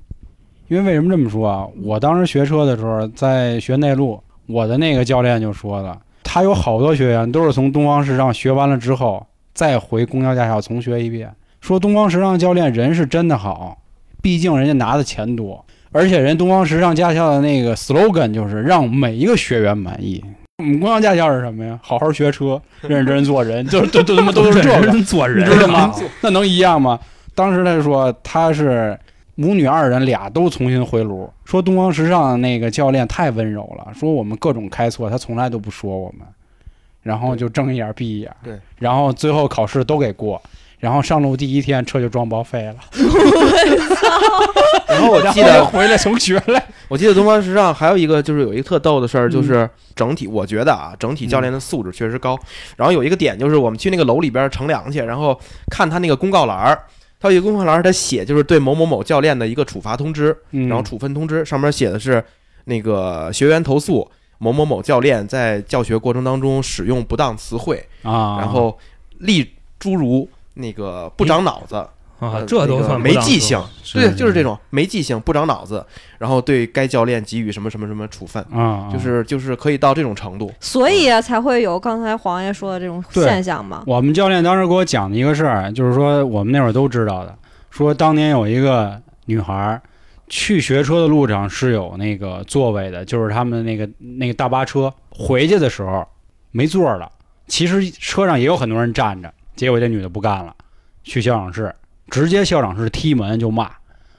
Speaker 1: 因为为什么这么说啊？我当时学车的时候，在学内陆，我的那个教练就说了，他有好多学员都是从东方时尚学完了之后，再回公交驾校重学一遍。说东方时尚教练人是真的好，毕竟人家拿的钱多，而且人东方时尚驾校的那个 slogan 就是让每一个学员满意。我们公交驾校是什么呀？好好学车，认真做人，就是就就他妈都是这个。
Speaker 2: 人做人
Speaker 1: 你知道
Speaker 2: 啊
Speaker 1: 吗？ 那能一样吗？当时他说他是母女二人俩都重新回炉，说东方时尚那个教练太温柔了，说我们各种开错，他从来都不说我们，然后就睁一眼闭一眼，
Speaker 5: 对，
Speaker 1: 然后最后考试都给过。然后上路第一天车就撞报废了，
Speaker 5: 然后我
Speaker 1: 然后
Speaker 5: 记
Speaker 1: 就
Speaker 5: 得
Speaker 1: 回来重学来。
Speaker 5: 我记得东方时尚还有一个就是有一个特逗的事
Speaker 2: 嗯
Speaker 5: 儿，就是整体我觉得啊，整体教练的素质确实高。然后有一个点就是我们去那个楼里边乘凉去，然后看他那个公告栏儿，他有一个公告栏儿，他写就是对某某某教练的一个处罚通知。
Speaker 1: 嗯
Speaker 5: 然后处分通知上面写的是那个学员投诉某某某教练在教学过程当中使用不当词汇，
Speaker 1: 啊，
Speaker 5: 然后例诸如那个不长脑子，
Speaker 2: 啊
Speaker 5: 呃，
Speaker 2: 这都
Speaker 5: 那个
Speaker 2: 算不
Speaker 5: 没
Speaker 2: 当
Speaker 5: 记
Speaker 2: 说
Speaker 5: 性，对，就是这种没记性、不长脑子，然后对该教练给予什么什么什么处分，
Speaker 1: 啊，嗯
Speaker 5: 就是就是可以到这种程度。
Speaker 3: 所以啊才会有刚才黄爷说的这种
Speaker 1: 对
Speaker 3: 现象嘛。
Speaker 1: 我们教练当时给我讲的一个事儿，就是说我们那会儿都知道的，说当年有一个女孩儿去学车的路上是有那个座位的，就是他们那个那个大巴车回去的时候没座儿了，其实车上也有很多人站着，结果这女的不干了，去校长室直接校长室踢门就骂，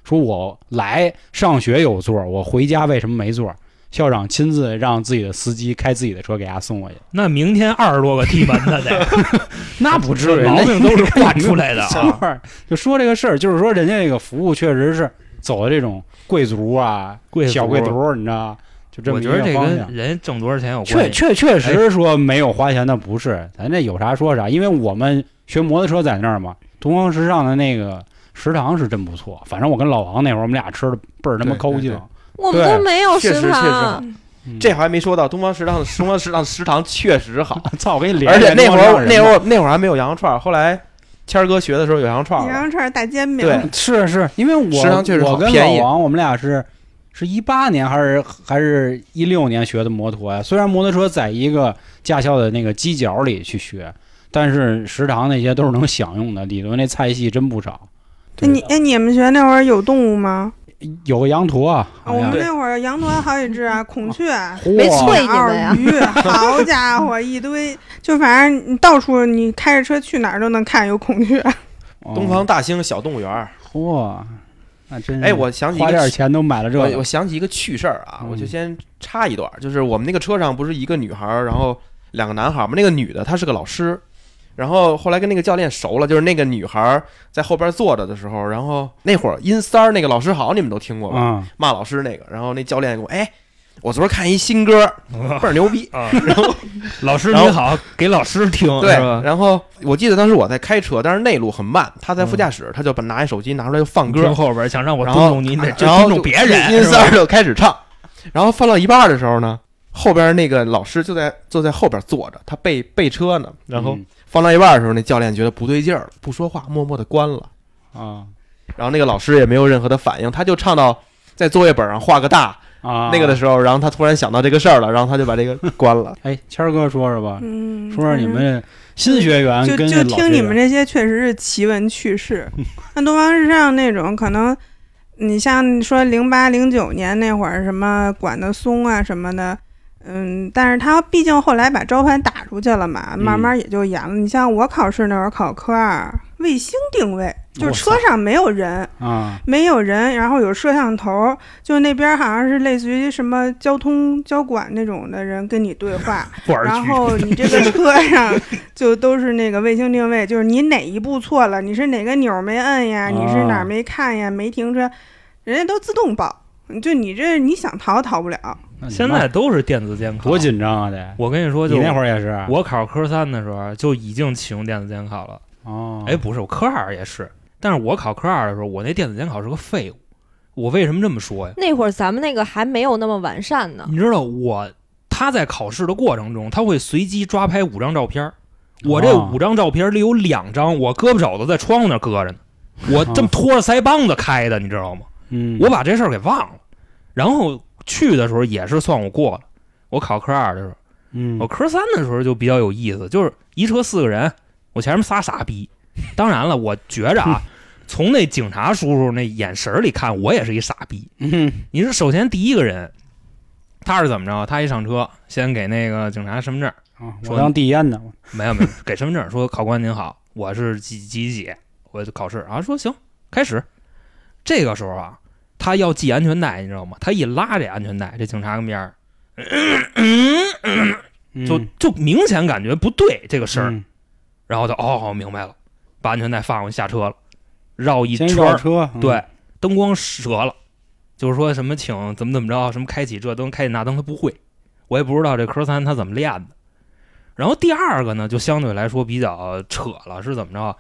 Speaker 1: 说我来上学有座儿，我回家为什么没座儿？校长亲自让自己的司机开自己的车给她送过去，
Speaker 2: 那明天二十多个踢门的得，
Speaker 1: 那不至于，
Speaker 2: 毛病都是惯出来的
Speaker 1: 等
Speaker 2: 啊。
Speaker 1: 会儿就说这个事儿，就是说人家这个服务确实是走的这种贵族啊、
Speaker 2: 贵族
Speaker 1: 小贵族，你知道，就这么
Speaker 2: 我
Speaker 1: 一
Speaker 2: 觉得这
Speaker 1: 方
Speaker 2: 跟
Speaker 1: 向。
Speaker 2: 人挣多少钱有
Speaker 1: 确
Speaker 2: 关系。，
Speaker 1: 确确实说没有花钱的不是，咱这有啥说啥，因为我们学摩托车在那儿嘛，东方时尚的那个食堂是真不错。反正我跟老王那会儿，我们俩吃的倍儿他妈
Speaker 5: 对
Speaker 1: 高
Speaker 5: 对
Speaker 1: 兴
Speaker 5: 对。
Speaker 3: 我们都没有啊食
Speaker 5: 确实确实
Speaker 3: 堂，
Speaker 1: 嗯
Speaker 5: 这还没说到东方食堂的，东方食堂的食堂确实好，
Speaker 1: 操，我给你连
Speaker 5: 而且那会儿那会
Speaker 1: 儿
Speaker 5: 儿那会儿还没有羊肉串儿，后来谦儿哥学的时候有羊肉串儿
Speaker 4: 羊
Speaker 5: 了，
Speaker 4: 肉串儿大煎饼，
Speaker 5: 对
Speaker 1: 是是因为我
Speaker 5: 食堂确实好
Speaker 1: 我跟
Speaker 5: 便
Speaker 1: 老
Speaker 5: 宜
Speaker 1: 王我们俩是是一八年还是还是一六年学的摩托呀、虽然摩托车在一个驾校的那个犄角里去学，但是食堂那些都是能享用的，里头那菜系真不少。
Speaker 4: 哎你哎你们学那会儿有动物吗？
Speaker 1: 有个羊驼啊，
Speaker 4: 啊
Speaker 1: 好
Speaker 4: 我
Speaker 1: 像
Speaker 4: 们那会儿有羊驼好几只啊，孔雀、
Speaker 3: 没
Speaker 1: 嚯
Speaker 3: 错喂你
Speaker 4: 鸟
Speaker 3: 们呀
Speaker 4: 儿、鱼，好家伙，一堆，就反正你到处你开着车去哪儿都能看有孔雀。
Speaker 1: 哦
Speaker 5: 东方大兴小动物园儿。
Speaker 1: 嚯，那真是
Speaker 5: 哎，我想起一
Speaker 1: 嗯
Speaker 5: 个
Speaker 1: 花点钱都买了这
Speaker 5: 我我
Speaker 1: 个，
Speaker 5: 想起一个趣事儿啊，
Speaker 1: 嗯
Speaker 5: 我就先插一段儿，就是我们那个车上不是一个女孩儿，然后两个男孩儿嘛。那个女的她是个老师，然后后来跟那个教练熟了，就是那个女孩儿在后边坐着的时候，然后 那会儿阴三儿那个老师好，你们都听过吧？
Speaker 1: 嗯，
Speaker 5: 骂老师那个，然后那教练给我哎，我昨儿看一新歌儿倍儿牛逼
Speaker 2: 啊， 老师
Speaker 5: 然后
Speaker 2: 您好，给老师听
Speaker 5: 对
Speaker 2: 是吧，？
Speaker 5: 然后我记得当时我在开车，但是内路很慢，他
Speaker 2: 嗯
Speaker 5: 在副驾驶，他就把拿一手机拿出来就放歌，
Speaker 2: 听后边想让我
Speaker 5: 然
Speaker 2: 尊
Speaker 5: 后哎
Speaker 2: 重你，你得
Speaker 5: 然后
Speaker 2: 尊重别人。
Speaker 5: 音
Speaker 2: 是
Speaker 5: 色
Speaker 2: 吧
Speaker 5: 儿就开始唱，然后放到一半儿的时候呢，后边那个老师就在就在后边坐着，他备备车呢。然后
Speaker 1: 嗯
Speaker 5: 放到一半儿的时候，那教练觉得不对劲儿了，不说话，默默的关了。
Speaker 1: 啊，
Speaker 5: 然后那个老师也没有任何的反应，他就唱到在作业本上画个大，
Speaker 1: 啊，
Speaker 5: 那个的时候，然后他突然想到这个事儿了，然后他就把这个关了。
Speaker 1: 哎，谦儿哥说说吧，
Speaker 4: 嗯，
Speaker 1: 说说你
Speaker 4: 反正
Speaker 1: 们新学员
Speaker 4: 就
Speaker 1: 啊跟
Speaker 4: 就
Speaker 1: 这老学
Speaker 4: 听你们
Speaker 1: 员
Speaker 4: 这些，确实是奇闻 趣事。那东方日上那种，可能你像说零八零九年那会儿，什么管得松啊什么的，嗯，但是他毕竟后来把招牌打出去了嘛，
Speaker 1: 嗯
Speaker 4: 慢慢也就严了。你像我考试那会儿考科二，卫星定位，就
Speaker 1: 哇
Speaker 4: 是
Speaker 1: 塞
Speaker 4: 车上没有人，
Speaker 1: 啊，
Speaker 4: 没有人，然后有摄像头，就那边好像是类似于什么交通交管那种的人跟你对话。
Speaker 2: 不玩
Speaker 4: 然
Speaker 2: 去。
Speaker 4: 后你 这个车上就都是那个卫星定位，就是你哪一步错了，你是哪个钮儿没摁呀，你是哪
Speaker 1: 啊
Speaker 4: 儿没看呀，没停车，人家都自动报。就你这你想逃逃不了，
Speaker 1: 那你
Speaker 2: 现
Speaker 1: 妈
Speaker 2: 在都是电子监考，
Speaker 1: 多！紧张啊得。
Speaker 2: 我跟你说，就
Speaker 1: 你那会儿也是
Speaker 2: 我考科三的时候啊就已经启用电子监考了。
Speaker 1: 哦，
Speaker 2: 哎，，不是，我科二也是，但是我考科二的时候，我那电子监考是个废物。我为什么这么说呀？
Speaker 3: 那会儿咱们那个还没有那么完善呢。
Speaker 2: 你知道我他在考试的过程中，他会随机抓拍五张照片儿。我这
Speaker 1: 哦
Speaker 2: 五张照片里有两张，我胳膊肘子在窗户那儿搁着呢，我
Speaker 1: 哦
Speaker 2: 这么拖着腮帮子开的，你知道吗？
Speaker 1: 嗯，
Speaker 2: 我把这事儿给忘了。然后去的时候也是算我过了。我考科二的时候，
Speaker 1: 嗯
Speaker 2: 我科三的时候就比较有意思，就是一车四个人，我前面仨傻逼。当然了，我觉着 啊，从那警察叔叔那眼神儿里看，我也是一傻逼。
Speaker 1: 嗯
Speaker 2: 你说，首先第一个人，他是怎么着？他一上车，先给那个警察身份证，
Speaker 1: 啊，我
Speaker 2: 说
Speaker 1: 当递烟的，我
Speaker 2: 没有没有，给身份证说考官您好，我是几几几几，我就考试啊，说行，开始。这个时候啊，他要系安全带，你知道吗？他一拉这安全带，这警察跟边儿
Speaker 1: 嗯
Speaker 2: 就就明显感觉不对这个事儿，
Speaker 1: 嗯
Speaker 2: 然后就哦明白了，把安全带放下去下车了，绕一
Speaker 1: 先
Speaker 2: 圈
Speaker 1: 绕
Speaker 2: 儿，
Speaker 1: 车，嗯
Speaker 2: 对，灯光折了，就是说什么请怎么怎么着，什么开启这灯开启那灯，他不会，我也不知道这科三他怎么练的。然后第二个呢，就相对来说比较扯了，是怎么着？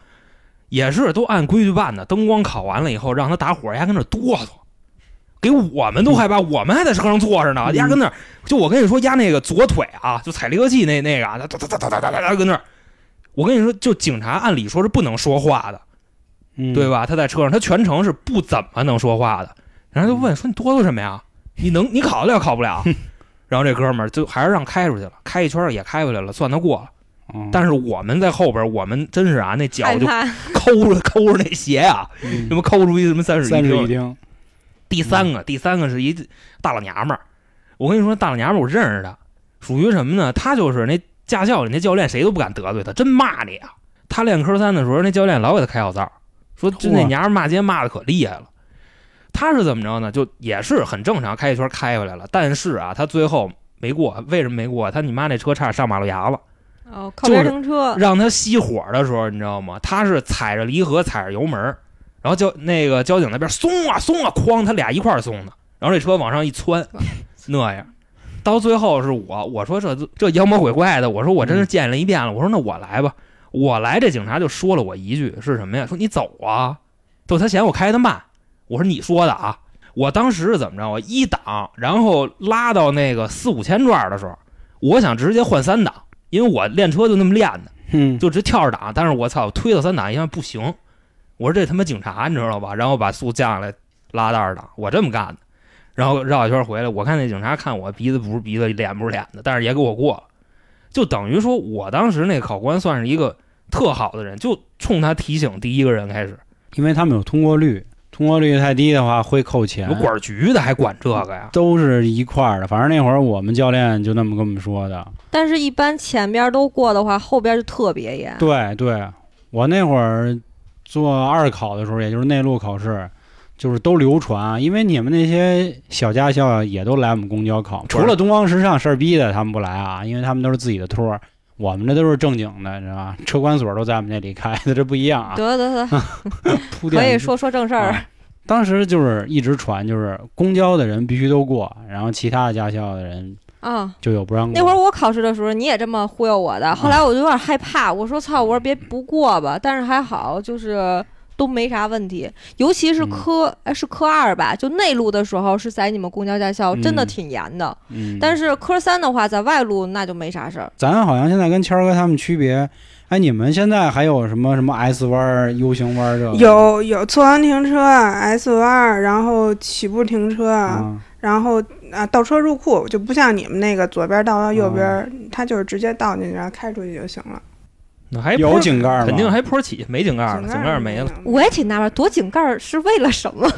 Speaker 2: 也是都按规矩办的，灯光考完了以后，让他打火，丫跟那儿哆嗦，给我们都害怕，我们还在车上坐着呢，
Speaker 1: 嗯
Speaker 2: 丫跟那儿，就我跟你说，丫那个左腿啊，就踩离合器那那个啊，哒哒哒哒哒哒哒哒跟那儿，我跟你说，就警察按理说是不能说话的，
Speaker 1: 嗯
Speaker 2: 对吧？他在车上，他全程是不怎么能说话的。然后就
Speaker 1: 嗯
Speaker 2: 问说：“你哆嗦什么呀？你能你考得了考不了？”然后这哥们儿就还是让开出去了，开一圈儿也开回来了，算他过了。
Speaker 1: 嗯
Speaker 2: 但是我们在后边儿，我们真是啊，那脚
Speaker 3: 害
Speaker 2: 就
Speaker 3: 怕，
Speaker 2: 抠着抠着那鞋啊，
Speaker 1: 嗯
Speaker 2: 什么抠出一什么三室
Speaker 1: 三室
Speaker 2: 厅
Speaker 1: 一。厅，
Speaker 2: 第三个，第三个是一大老娘们儿。我跟你说，大老娘们儿我认识她，属于什么呢？她就是那驾校里那教练，谁都不敢得罪她，真骂你啊！她练科三的时候，那教练老给她开小灶，说就那
Speaker 1: 嚯
Speaker 2: 娘们儿骂街骂的可厉害了。她是怎么着呢？就也是很正常，开一圈开回来了。但是啊，她最后没过，为什么没过？她你妈那车差点上马路牙子，
Speaker 3: 哦，靠边
Speaker 2: 就是
Speaker 3: 停车，
Speaker 2: 让她熄火的时候，你知道吗？她是踩着离合，踩着油门儿，然后交那个交警那边松啊松啊，哐，他俩一块儿松的，然后这车往上一窜，那样。到最后是我，我说这这妖魔鬼怪的，我说我真是见了一遍了，我说那我来吧，我来这警察就说了我一句是什么呀？说你走啊，就他嫌我开的慢，我说你说的啊，我当时是怎么着？我一档，然后拉到那个四五千转的时候，我想直接换三档，因为我练车就那么练的。
Speaker 1: 嗯，
Speaker 2: 就直跳着打，但是我操，推到三档一下不行，我说这他妈警察你知道吧？然后把速降下来，拉到二档，我这么干的，然后绕一圈回来，我看那警察看我鼻子不是鼻子，脸不是脸的，但是也给我过了，就等于说我当时那考官算是一个特好的人，就冲他提醒第一个人开始，
Speaker 1: 因为他们有通过率，通过率太低的话会扣钱
Speaker 2: 我，管局的还管这个呀？
Speaker 1: 都是一块儿的。反正那会儿我们教练就那么跟我们说的。
Speaker 3: 但是一般前边都过的话，后边就特别严。
Speaker 1: 对对，我那会儿做二考的时候，也就是内陆考试，就是都流传，啊因为你们那些小驾校也都来我们公交考，除了东方时尚事儿逼的他们不来啊，因为他们都是自己的托儿，我们这都是正经的，你知道吧？车管所都在我们这里开的，这不一样啊。
Speaker 3: 得 得得，
Speaker 1: 铺垫
Speaker 3: 可以说说正事儿。
Speaker 1: 啊当时就是一直传，就是公交的人必须都过，然后其他的驾校的人
Speaker 3: 啊。
Speaker 1: 就有不让过。
Speaker 3: 那会儿我考试的时候，你也这么忽悠我的，后来我就有点害怕，我说操，我说别不过吧，但是还好就是。都没啥问题，尤其是科哎、是科二吧，就内陆的时候是在你们公交驾校，真的
Speaker 1: 嗯
Speaker 3: 挺严的。
Speaker 1: 嗯，
Speaker 3: 但是科三的话，在外路那就没啥事儿。
Speaker 1: 咱好像现在跟谦儿哥他们区别，哎，你们现在还有什么什么 S 弯儿、U 型弯儿
Speaker 2: 嗯
Speaker 1: 这个？
Speaker 4: 有有侧方停车、S 弯，然后起步停车，
Speaker 1: 啊，
Speaker 4: 然后啊倒车入库，就不像你们那个左边倒到右边，
Speaker 2: 啊
Speaker 4: 它就是直接倒进去，然后开出去就行了。
Speaker 2: 那还
Speaker 1: 有
Speaker 2: 坡
Speaker 1: 井盖吗？
Speaker 2: 肯定还坡起，没井盖了，井
Speaker 4: 井
Speaker 2: 盖
Speaker 4: 盖
Speaker 2: 啊儿没了，
Speaker 4: 了
Speaker 3: 我也挺纳闷，躲井盖儿是为了什么？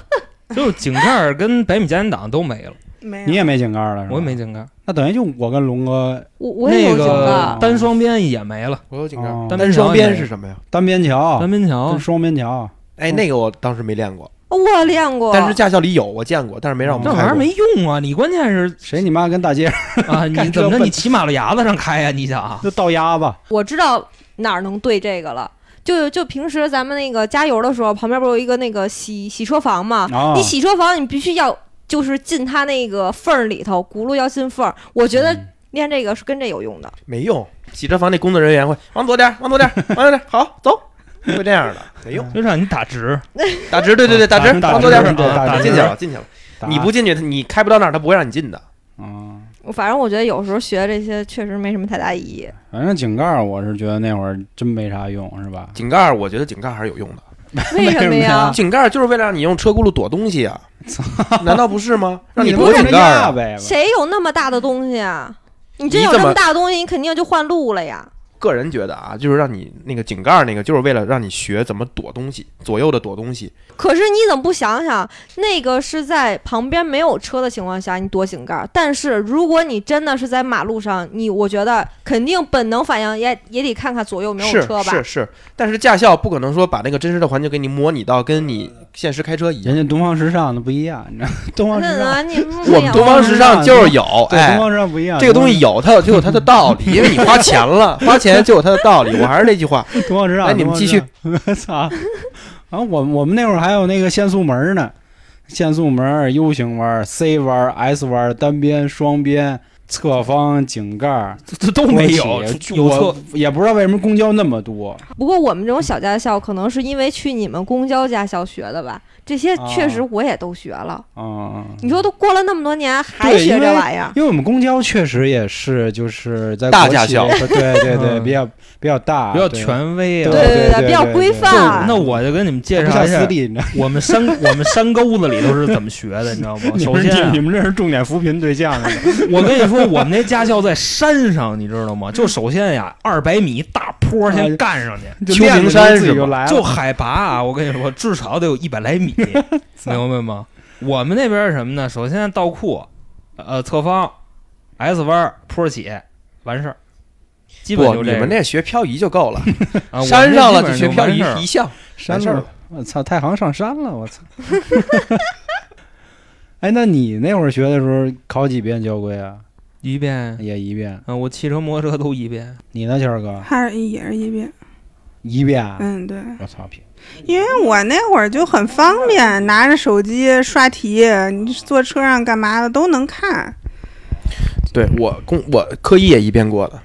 Speaker 2: 就是井盖儿跟百米加减档都没 了，
Speaker 4: 没有
Speaker 1: 你也没井盖了，是吧
Speaker 2: 我也没。井盖儿，
Speaker 1: 那等于就我跟龙哥
Speaker 3: 我我也
Speaker 2: 那
Speaker 3: 有井盖儿
Speaker 2: 个
Speaker 1: 盖，
Speaker 2: 单双边也没了，
Speaker 5: 我有井盖
Speaker 1: 哦
Speaker 5: 儿，
Speaker 2: 单
Speaker 5: 单双
Speaker 2: 边也
Speaker 5: 边是
Speaker 2: 没
Speaker 5: 什么呀？
Speaker 1: 单边桥
Speaker 2: 单边桥
Speaker 1: 跟双边桥，
Speaker 5: 哎，那个我当时没练过，
Speaker 3: 我练过，
Speaker 5: 但是驾校里有，我见过，但是没让我
Speaker 2: 那
Speaker 5: 们
Speaker 2: 玩意
Speaker 5: 开
Speaker 2: 儿
Speaker 5: 过。
Speaker 2: 没用啊！你关键是
Speaker 1: 谁你妈跟大街上
Speaker 2: 啊，你
Speaker 1: 干
Speaker 2: 怎
Speaker 1: 这
Speaker 2: 么着？
Speaker 1: 笨
Speaker 2: 你骑马路牙子上开呀、你 想啊？
Speaker 1: 就倒鸭子？
Speaker 3: 我知道哪儿能对这个了。就就平时咱们那个加油的时候，旁边不是有一个那个洗洗车房吗？
Speaker 1: 啊
Speaker 3: 你洗车房你必须要就是进它那个缝儿里头，轱辘要进缝儿。我觉
Speaker 1: 嗯
Speaker 3: 得练这个是跟这有用的。
Speaker 5: 没用，洗车房那工作人员会往左点儿，往 左点儿，往左点儿，好，走，会这样的，没用。
Speaker 2: 就让你打直，
Speaker 5: 打直，对对对，打直，
Speaker 1: 打
Speaker 5: 往
Speaker 1: 直
Speaker 5: 左点儿，
Speaker 1: 对打
Speaker 5: 啊
Speaker 1: 直
Speaker 5: 进去了，进去了。你不进去，你开不到那儿，他不会让你进的。
Speaker 1: 啊？
Speaker 3: 我反正我觉得有时候学这些确实没什么太大意义。
Speaker 1: 反正井盖儿我是觉得那会儿真没啥用，是吧？
Speaker 5: 井盖儿，我觉得井盖儿还是有用的。
Speaker 3: 为什么呀？
Speaker 5: 井盖儿就是为了让你用车轱辘躲东西 啊，难道不是吗？让你
Speaker 1: 不
Speaker 5: 躲
Speaker 1: 是
Speaker 5: 井盖儿
Speaker 1: 鸭
Speaker 5: 啊，
Speaker 1: 呗？
Speaker 3: 谁有那么大的东西啊？你真有
Speaker 5: 你
Speaker 3: 那
Speaker 5: 怎么
Speaker 3: 么大的东西，你肯定就换路了呀。
Speaker 5: 个人觉得啊，就是让你那个井盖儿那个，就是为了让你学怎么躲东西，左右的躲东西。
Speaker 3: 可是你怎么不想想，那个是在旁边没有车的情况下，你躲井盖儿。但是如果你真的是在马路上，你我觉得肯定本能反应也也得看看左右有没有
Speaker 5: 是
Speaker 3: 车吧。
Speaker 5: 是是，但是驾校不可能说把那个真实的环境给你模拟到跟你现实开车一样
Speaker 1: 人。家东方时尚的不一样，你知道吗？东方
Speaker 3: 那
Speaker 1: 时尚，
Speaker 3: 那嗯啊你
Speaker 5: 我们东方时尚就是有，
Speaker 1: 对，东
Speaker 5: 哎，
Speaker 1: 方时尚不一样。
Speaker 5: 这个东西
Speaker 1: 有，
Speaker 5: 有它有就有它的道 理，因为你花钱 了，花钱就有它的道理。我还是那句 话，
Speaker 1: 东方时尚。
Speaker 5: 来你们继续
Speaker 1: 东方时尚。 操！啊，我们我们那会儿还有那个限速门儿呢，限速门儿、U 型弯儿、C 弯儿、S 弯儿、单边、双边、侧方、井盖儿
Speaker 2: 这都没有，
Speaker 1: 坡起
Speaker 2: 有
Speaker 1: 我
Speaker 2: 错
Speaker 1: 也不知道为什么公交那么多。
Speaker 3: 不过我们这种小驾校，可能是因为去你们公交驾校学的吧。这些
Speaker 1: 啊
Speaker 3: 确实我也都学了。
Speaker 1: 嗯，
Speaker 3: 你说都过了那么多年，还
Speaker 1: 对
Speaker 3: 学
Speaker 1: 因
Speaker 3: 这
Speaker 1: 为
Speaker 3: 玩意儿？
Speaker 1: 因为我们公交确实也是，就是在
Speaker 5: 大
Speaker 1: 国
Speaker 5: 驾
Speaker 1: 企
Speaker 5: 校
Speaker 1: 对对对，
Speaker 2: 嗯
Speaker 1: 比较比较大，
Speaker 2: 比较
Speaker 1: 对
Speaker 2: 权威啊。
Speaker 1: 对对对
Speaker 3: 比较
Speaker 1: 对
Speaker 3: 规
Speaker 1: 对
Speaker 2: 就
Speaker 3: 范。啊
Speaker 2: 那我就跟你们介
Speaker 1: 不
Speaker 2: 绍
Speaker 1: 像
Speaker 2: 一
Speaker 1: 私
Speaker 2: 下，
Speaker 1: 立，你知道吗？
Speaker 2: 我们山我们山沟子里都是怎么学的，你知道吗？
Speaker 1: 你
Speaker 2: 首
Speaker 1: 们
Speaker 2: 先啊
Speaker 1: 你，们这是重点扶贫对象啊，
Speaker 2: 我跟你说，我们那驾校在山上，你知道吗？就首先呀，二百米大坡先干上去，
Speaker 1: 就
Speaker 5: 秋
Speaker 1: 练
Speaker 5: 名
Speaker 1: 着
Speaker 5: 山
Speaker 1: 自己
Speaker 5: 是
Speaker 1: 就
Speaker 5: 吗
Speaker 1: 来了，
Speaker 2: 就海拔啊，我跟你说，至少得有一百来米，明白吗？我们那边是什么呢？首先倒库，呃，侧方，S 弯，坡起，完事儿，基本
Speaker 5: 不，
Speaker 2: 就
Speaker 5: 你
Speaker 2: 这
Speaker 5: 们
Speaker 2: 个。
Speaker 5: 那学漂移就够了，
Speaker 2: 啊我
Speaker 5: 山
Speaker 2: 们
Speaker 5: 上
Speaker 2: 这
Speaker 5: 了
Speaker 2: 基
Speaker 5: 就
Speaker 2: 本上
Speaker 5: 学漂
Speaker 2: 完
Speaker 5: 移
Speaker 2: 事儿
Speaker 5: 一项，
Speaker 1: 山
Speaker 5: 完事儿
Speaker 1: 了
Speaker 5: 了。
Speaker 1: 我操，太行上山了，我操！ 哎，那你那会儿学的时候考几遍交规啊？
Speaker 2: 一遍。
Speaker 1: 也一遍。
Speaker 2: 嗯，我汽车、摩托车都一遍。
Speaker 1: 你呢，谦哥？
Speaker 4: 还是也是一遍。
Speaker 1: 一遍啊？
Speaker 4: 嗯，对，
Speaker 1: 我操屁！
Speaker 4: 因为我那会儿就很方便，拿着手机刷题，你坐车上干嘛的都能看。
Speaker 5: 对我公我科一也一遍过的，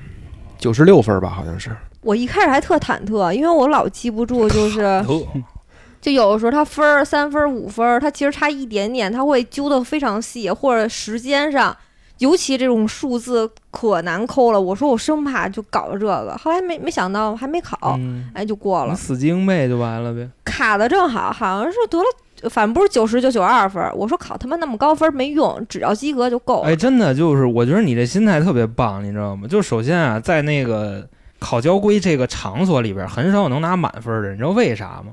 Speaker 5: 九十六分儿吧，好像是。
Speaker 3: 我一开始还特忐忑，因为我老记不住，
Speaker 5: 啊
Speaker 3: 就是
Speaker 2: 哦
Speaker 3: 就有的时候它分儿三分儿五分儿，它其实差一点点，它会揪得非常细，或者时间上，尤其这种数字可难抠了。我说我生怕就搞这个，后来没没想到还没考，
Speaker 2: 嗯，
Speaker 3: 哎就过了
Speaker 2: 你，死记硬背就完了呗。
Speaker 3: 卡的正好，好像是得了，反正不是九十就九二分儿。我说考他妈那么高分儿没用，只要及格就够了。
Speaker 2: 哎，真的就是，我觉得你这心态特别棒，你知道吗？就首先啊，在那个考交规这个场所里边，很少有能拿满分的，你知道为啥吗？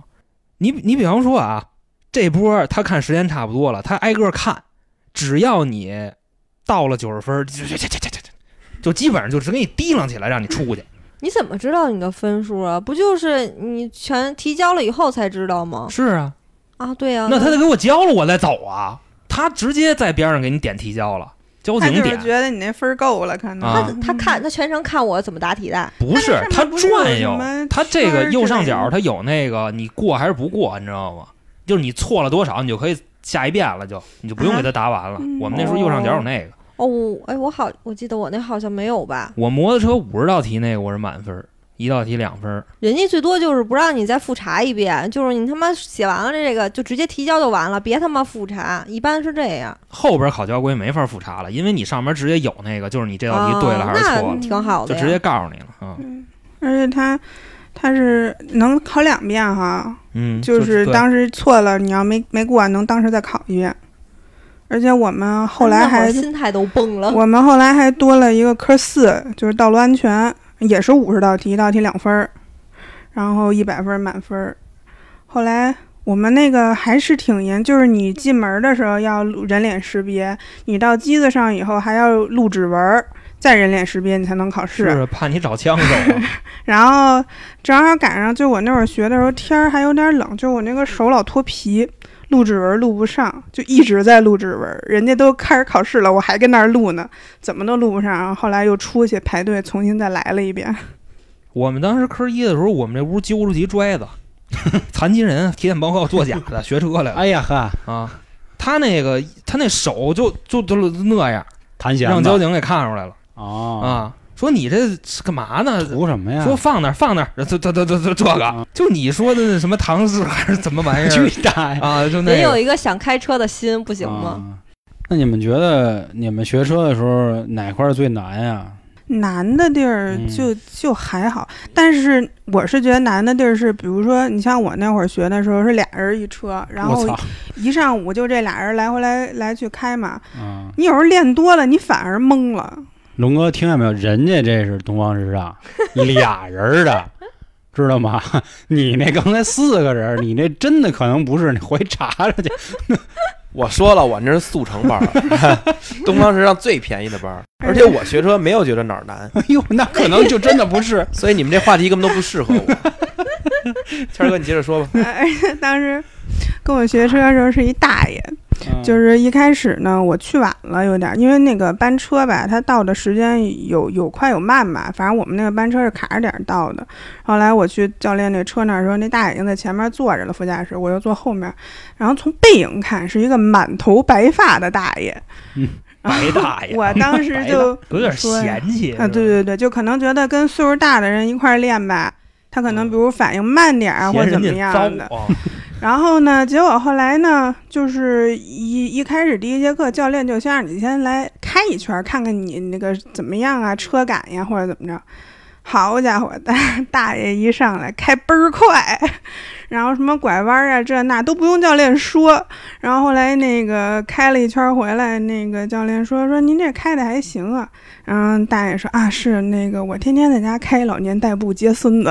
Speaker 2: 你你比方说啊，这波他看时间差不多了，他挨个看，只要你到了九十分，就就就就就就就基本上就只给你提楞起来，让你出去。
Speaker 3: 你怎么知道你的分数啊？不就是你全提交了以后才知道
Speaker 4: 嗯
Speaker 3: 吗？
Speaker 2: 是啊，
Speaker 3: 啊，对呀、啊，
Speaker 2: 那他得给我交了，我再走啊。他直接在边上给你点提交了，交
Speaker 4: 他
Speaker 2: 警
Speaker 4: 就是
Speaker 2: 点
Speaker 4: 觉得你那分儿够了，可能、
Speaker 2: 啊
Speaker 3: 他他看他全程看我怎么答题的。
Speaker 2: 不是他
Speaker 4: 它那上面不是
Speaker 2: 转悠
Speaker 4: 有什么，
Speaker 2: 他这
Speaker 4: 圈
Speaker 2: 个
Speaker 4: 儿
Speaker 2: 右
Speaker 4: 之
Speaker 2: 上
Speaker 4: 类的
Speaker 2: 角他有那个你过还是不过，你知道吗？就是你错了多少，你就可以下一遍了，就你就不用给他答完了。
Speaker 4: 嗯
Speaker 2: 我们那时候右上角有那个，
Speaker 3: 哦，我哎，我好，我记得我那好像没有吧？
Speaker 2: 我摩托车五十道题那个我是满分儿，一道题两分儿。
Speaker 3: 人家最多就是不让你再复查一遍，就是你他妈写完了这个就直接提交就完了，别他妈复查，一般是这样。
Speaker 2: 后边考交规没法复查了，因为你上面直接有那个，就是你这道题
Speaker 4: 哦
Speaker 2: 对了还是
Speaker 3: 啊
Speaker 2: 错了，
Speaker 3: 那挺好的
Speaker 2: 就
Speaker 3: 呀，
Speaker 2: 直接告诉你了。嗯
Speaker 4: 而且他他是能考两遍哈，
Speaker 2: 嗯，
Speaker 4: 就是
Speaker 2: 对
Speaker 4: 当时错了，你要没没过，能当时再考一遍。而且我们后来
Speaker 3: 那会儿
Speaker 4: 还
Speaker 3: 心态都崩了。
Speaker 4: 我们后来还多了一个科四，就是道路安全，也是五十道题，一道题两分儿，然后一百分儿满分儿。后来我们那个还是挺严，就是你进门的时候要录人脸识别，你到机子上以后还要录指纹儿，再人脸识别你才能考试。
Speaker 2: 是怕你找枪手啊。
Speaker 4: 然后正好赶上，就我那会儿学的时候天儿还有点冷，就我那个手老脱皮，录指纹录不上，就一直在录指纹。人家都开始考试了，我还跟那儿录呢，怎么都录不上。然后后来又出去排队重新再来了一
Speaker 1: 嗯
Speaker 4: 遍。嗯
Speaker 2: 我们当时科一的时候，我们这屋揪出去一拽子， 残疾人体检报告作假的，学车来了
Speaker 1: 哎呀呵，
Speaker 2: 啊。他那个他那手就就就那样，
Speaker 1: 弹弦
Speaker 2: 让
Speaker 1: 子
Speaker 2: 交警给看出来了
Speaker 1: 哦
Speaker 2: 啊，说你这是干嘛呢？
Speaker 1: 图什么呀？
Speaker 2: 说放那儿放那儿，这这这这这这
Speaker 1: 啊
Speaker 2: 个，就你说的那什么唐氏还是怎么 玩意儿
Speaker 1: 去打 呀，
Speaker 2: 啊？就
Speaker 3: 人
Speaker 2: 那
Speaker 3: 有
Speaker 2: 个
Speaker 3: 一个想开车的心，不行吗？
Speaker 1: 啊那你们觉得你们学车的时候哪块儿最难呀？
Speaker 4: 难的地儿
Speaker 1: 嗯
Speaker 4: 就就还好，但是我是觉得难的地儿是，比如说你像我那会儿学的时候是俩人一车，然后
Speaker 1: 我操，
Speaker 4: 一上午就这俩人来回来来去开嘛，
Speaker 1: 啊，
Speaker 4: 你有时候练多了，你反而懵了。
Speaker 1: 龙哥听见没有？人家这是东方时尚，俩人儿的，知道吗？ 你那刚才四个人儿，你那真的可能不是，你回查查去。
Speaker 5: 我说了，我那是速成班儿， 东方时尚最便宜的班儿， 而且我学车没有觉得哪儿 难，
Speaker 1: 哎呦，那可能就真的不是。
Speaker 5: 所以你们这话题根本都不适合我。 谦儿哥，你接着 说吧。
Speaker 4: 而且哎当时跟我学车的时候是一大爷，
Speaker 2: 嗯
Speaker 4: 就是
Speaker 1: 嗯
Speaker 4: 是一开始呢，我去晚了有点儿，因为那个班车吧，它到的时间有有快有慢吧，反正我们那个班车是卡着点儿到的。后来我去教练那车那儿的时候，那大爷已经在前面坐着了，副驾驶，我又坐后面，然后从背影看是一个满头白发的大爷，
Speaker 1: 嗯
Speaker 4: 然后
Speaker 2: 白大爷
Speaker 4: 我当时就
Speaker 2: 有点嫌弃
Speaker 4: 啊，对对对，就可能觉得跟岁数大的人一块儿练吧，他可
Speaker 2: 嗯
Speaker 4: 能比如反应慢点儿啊，或者怎么样的。然后呢，结果后来呢，就是一一开始第一节课，教练就先让你先来开一圈儿，看看你那个怎么样啊，车感呀，或者怎么着。好家伙，大大爷一上来开倍儿快， 然后什么拐弯儿啊这那都不用教练说。然后后来那个开了一圈儿回来，那个教练说说您这开的还行啊。嗯，大爷说啊是那个我天天在家开，老年代步接孙子。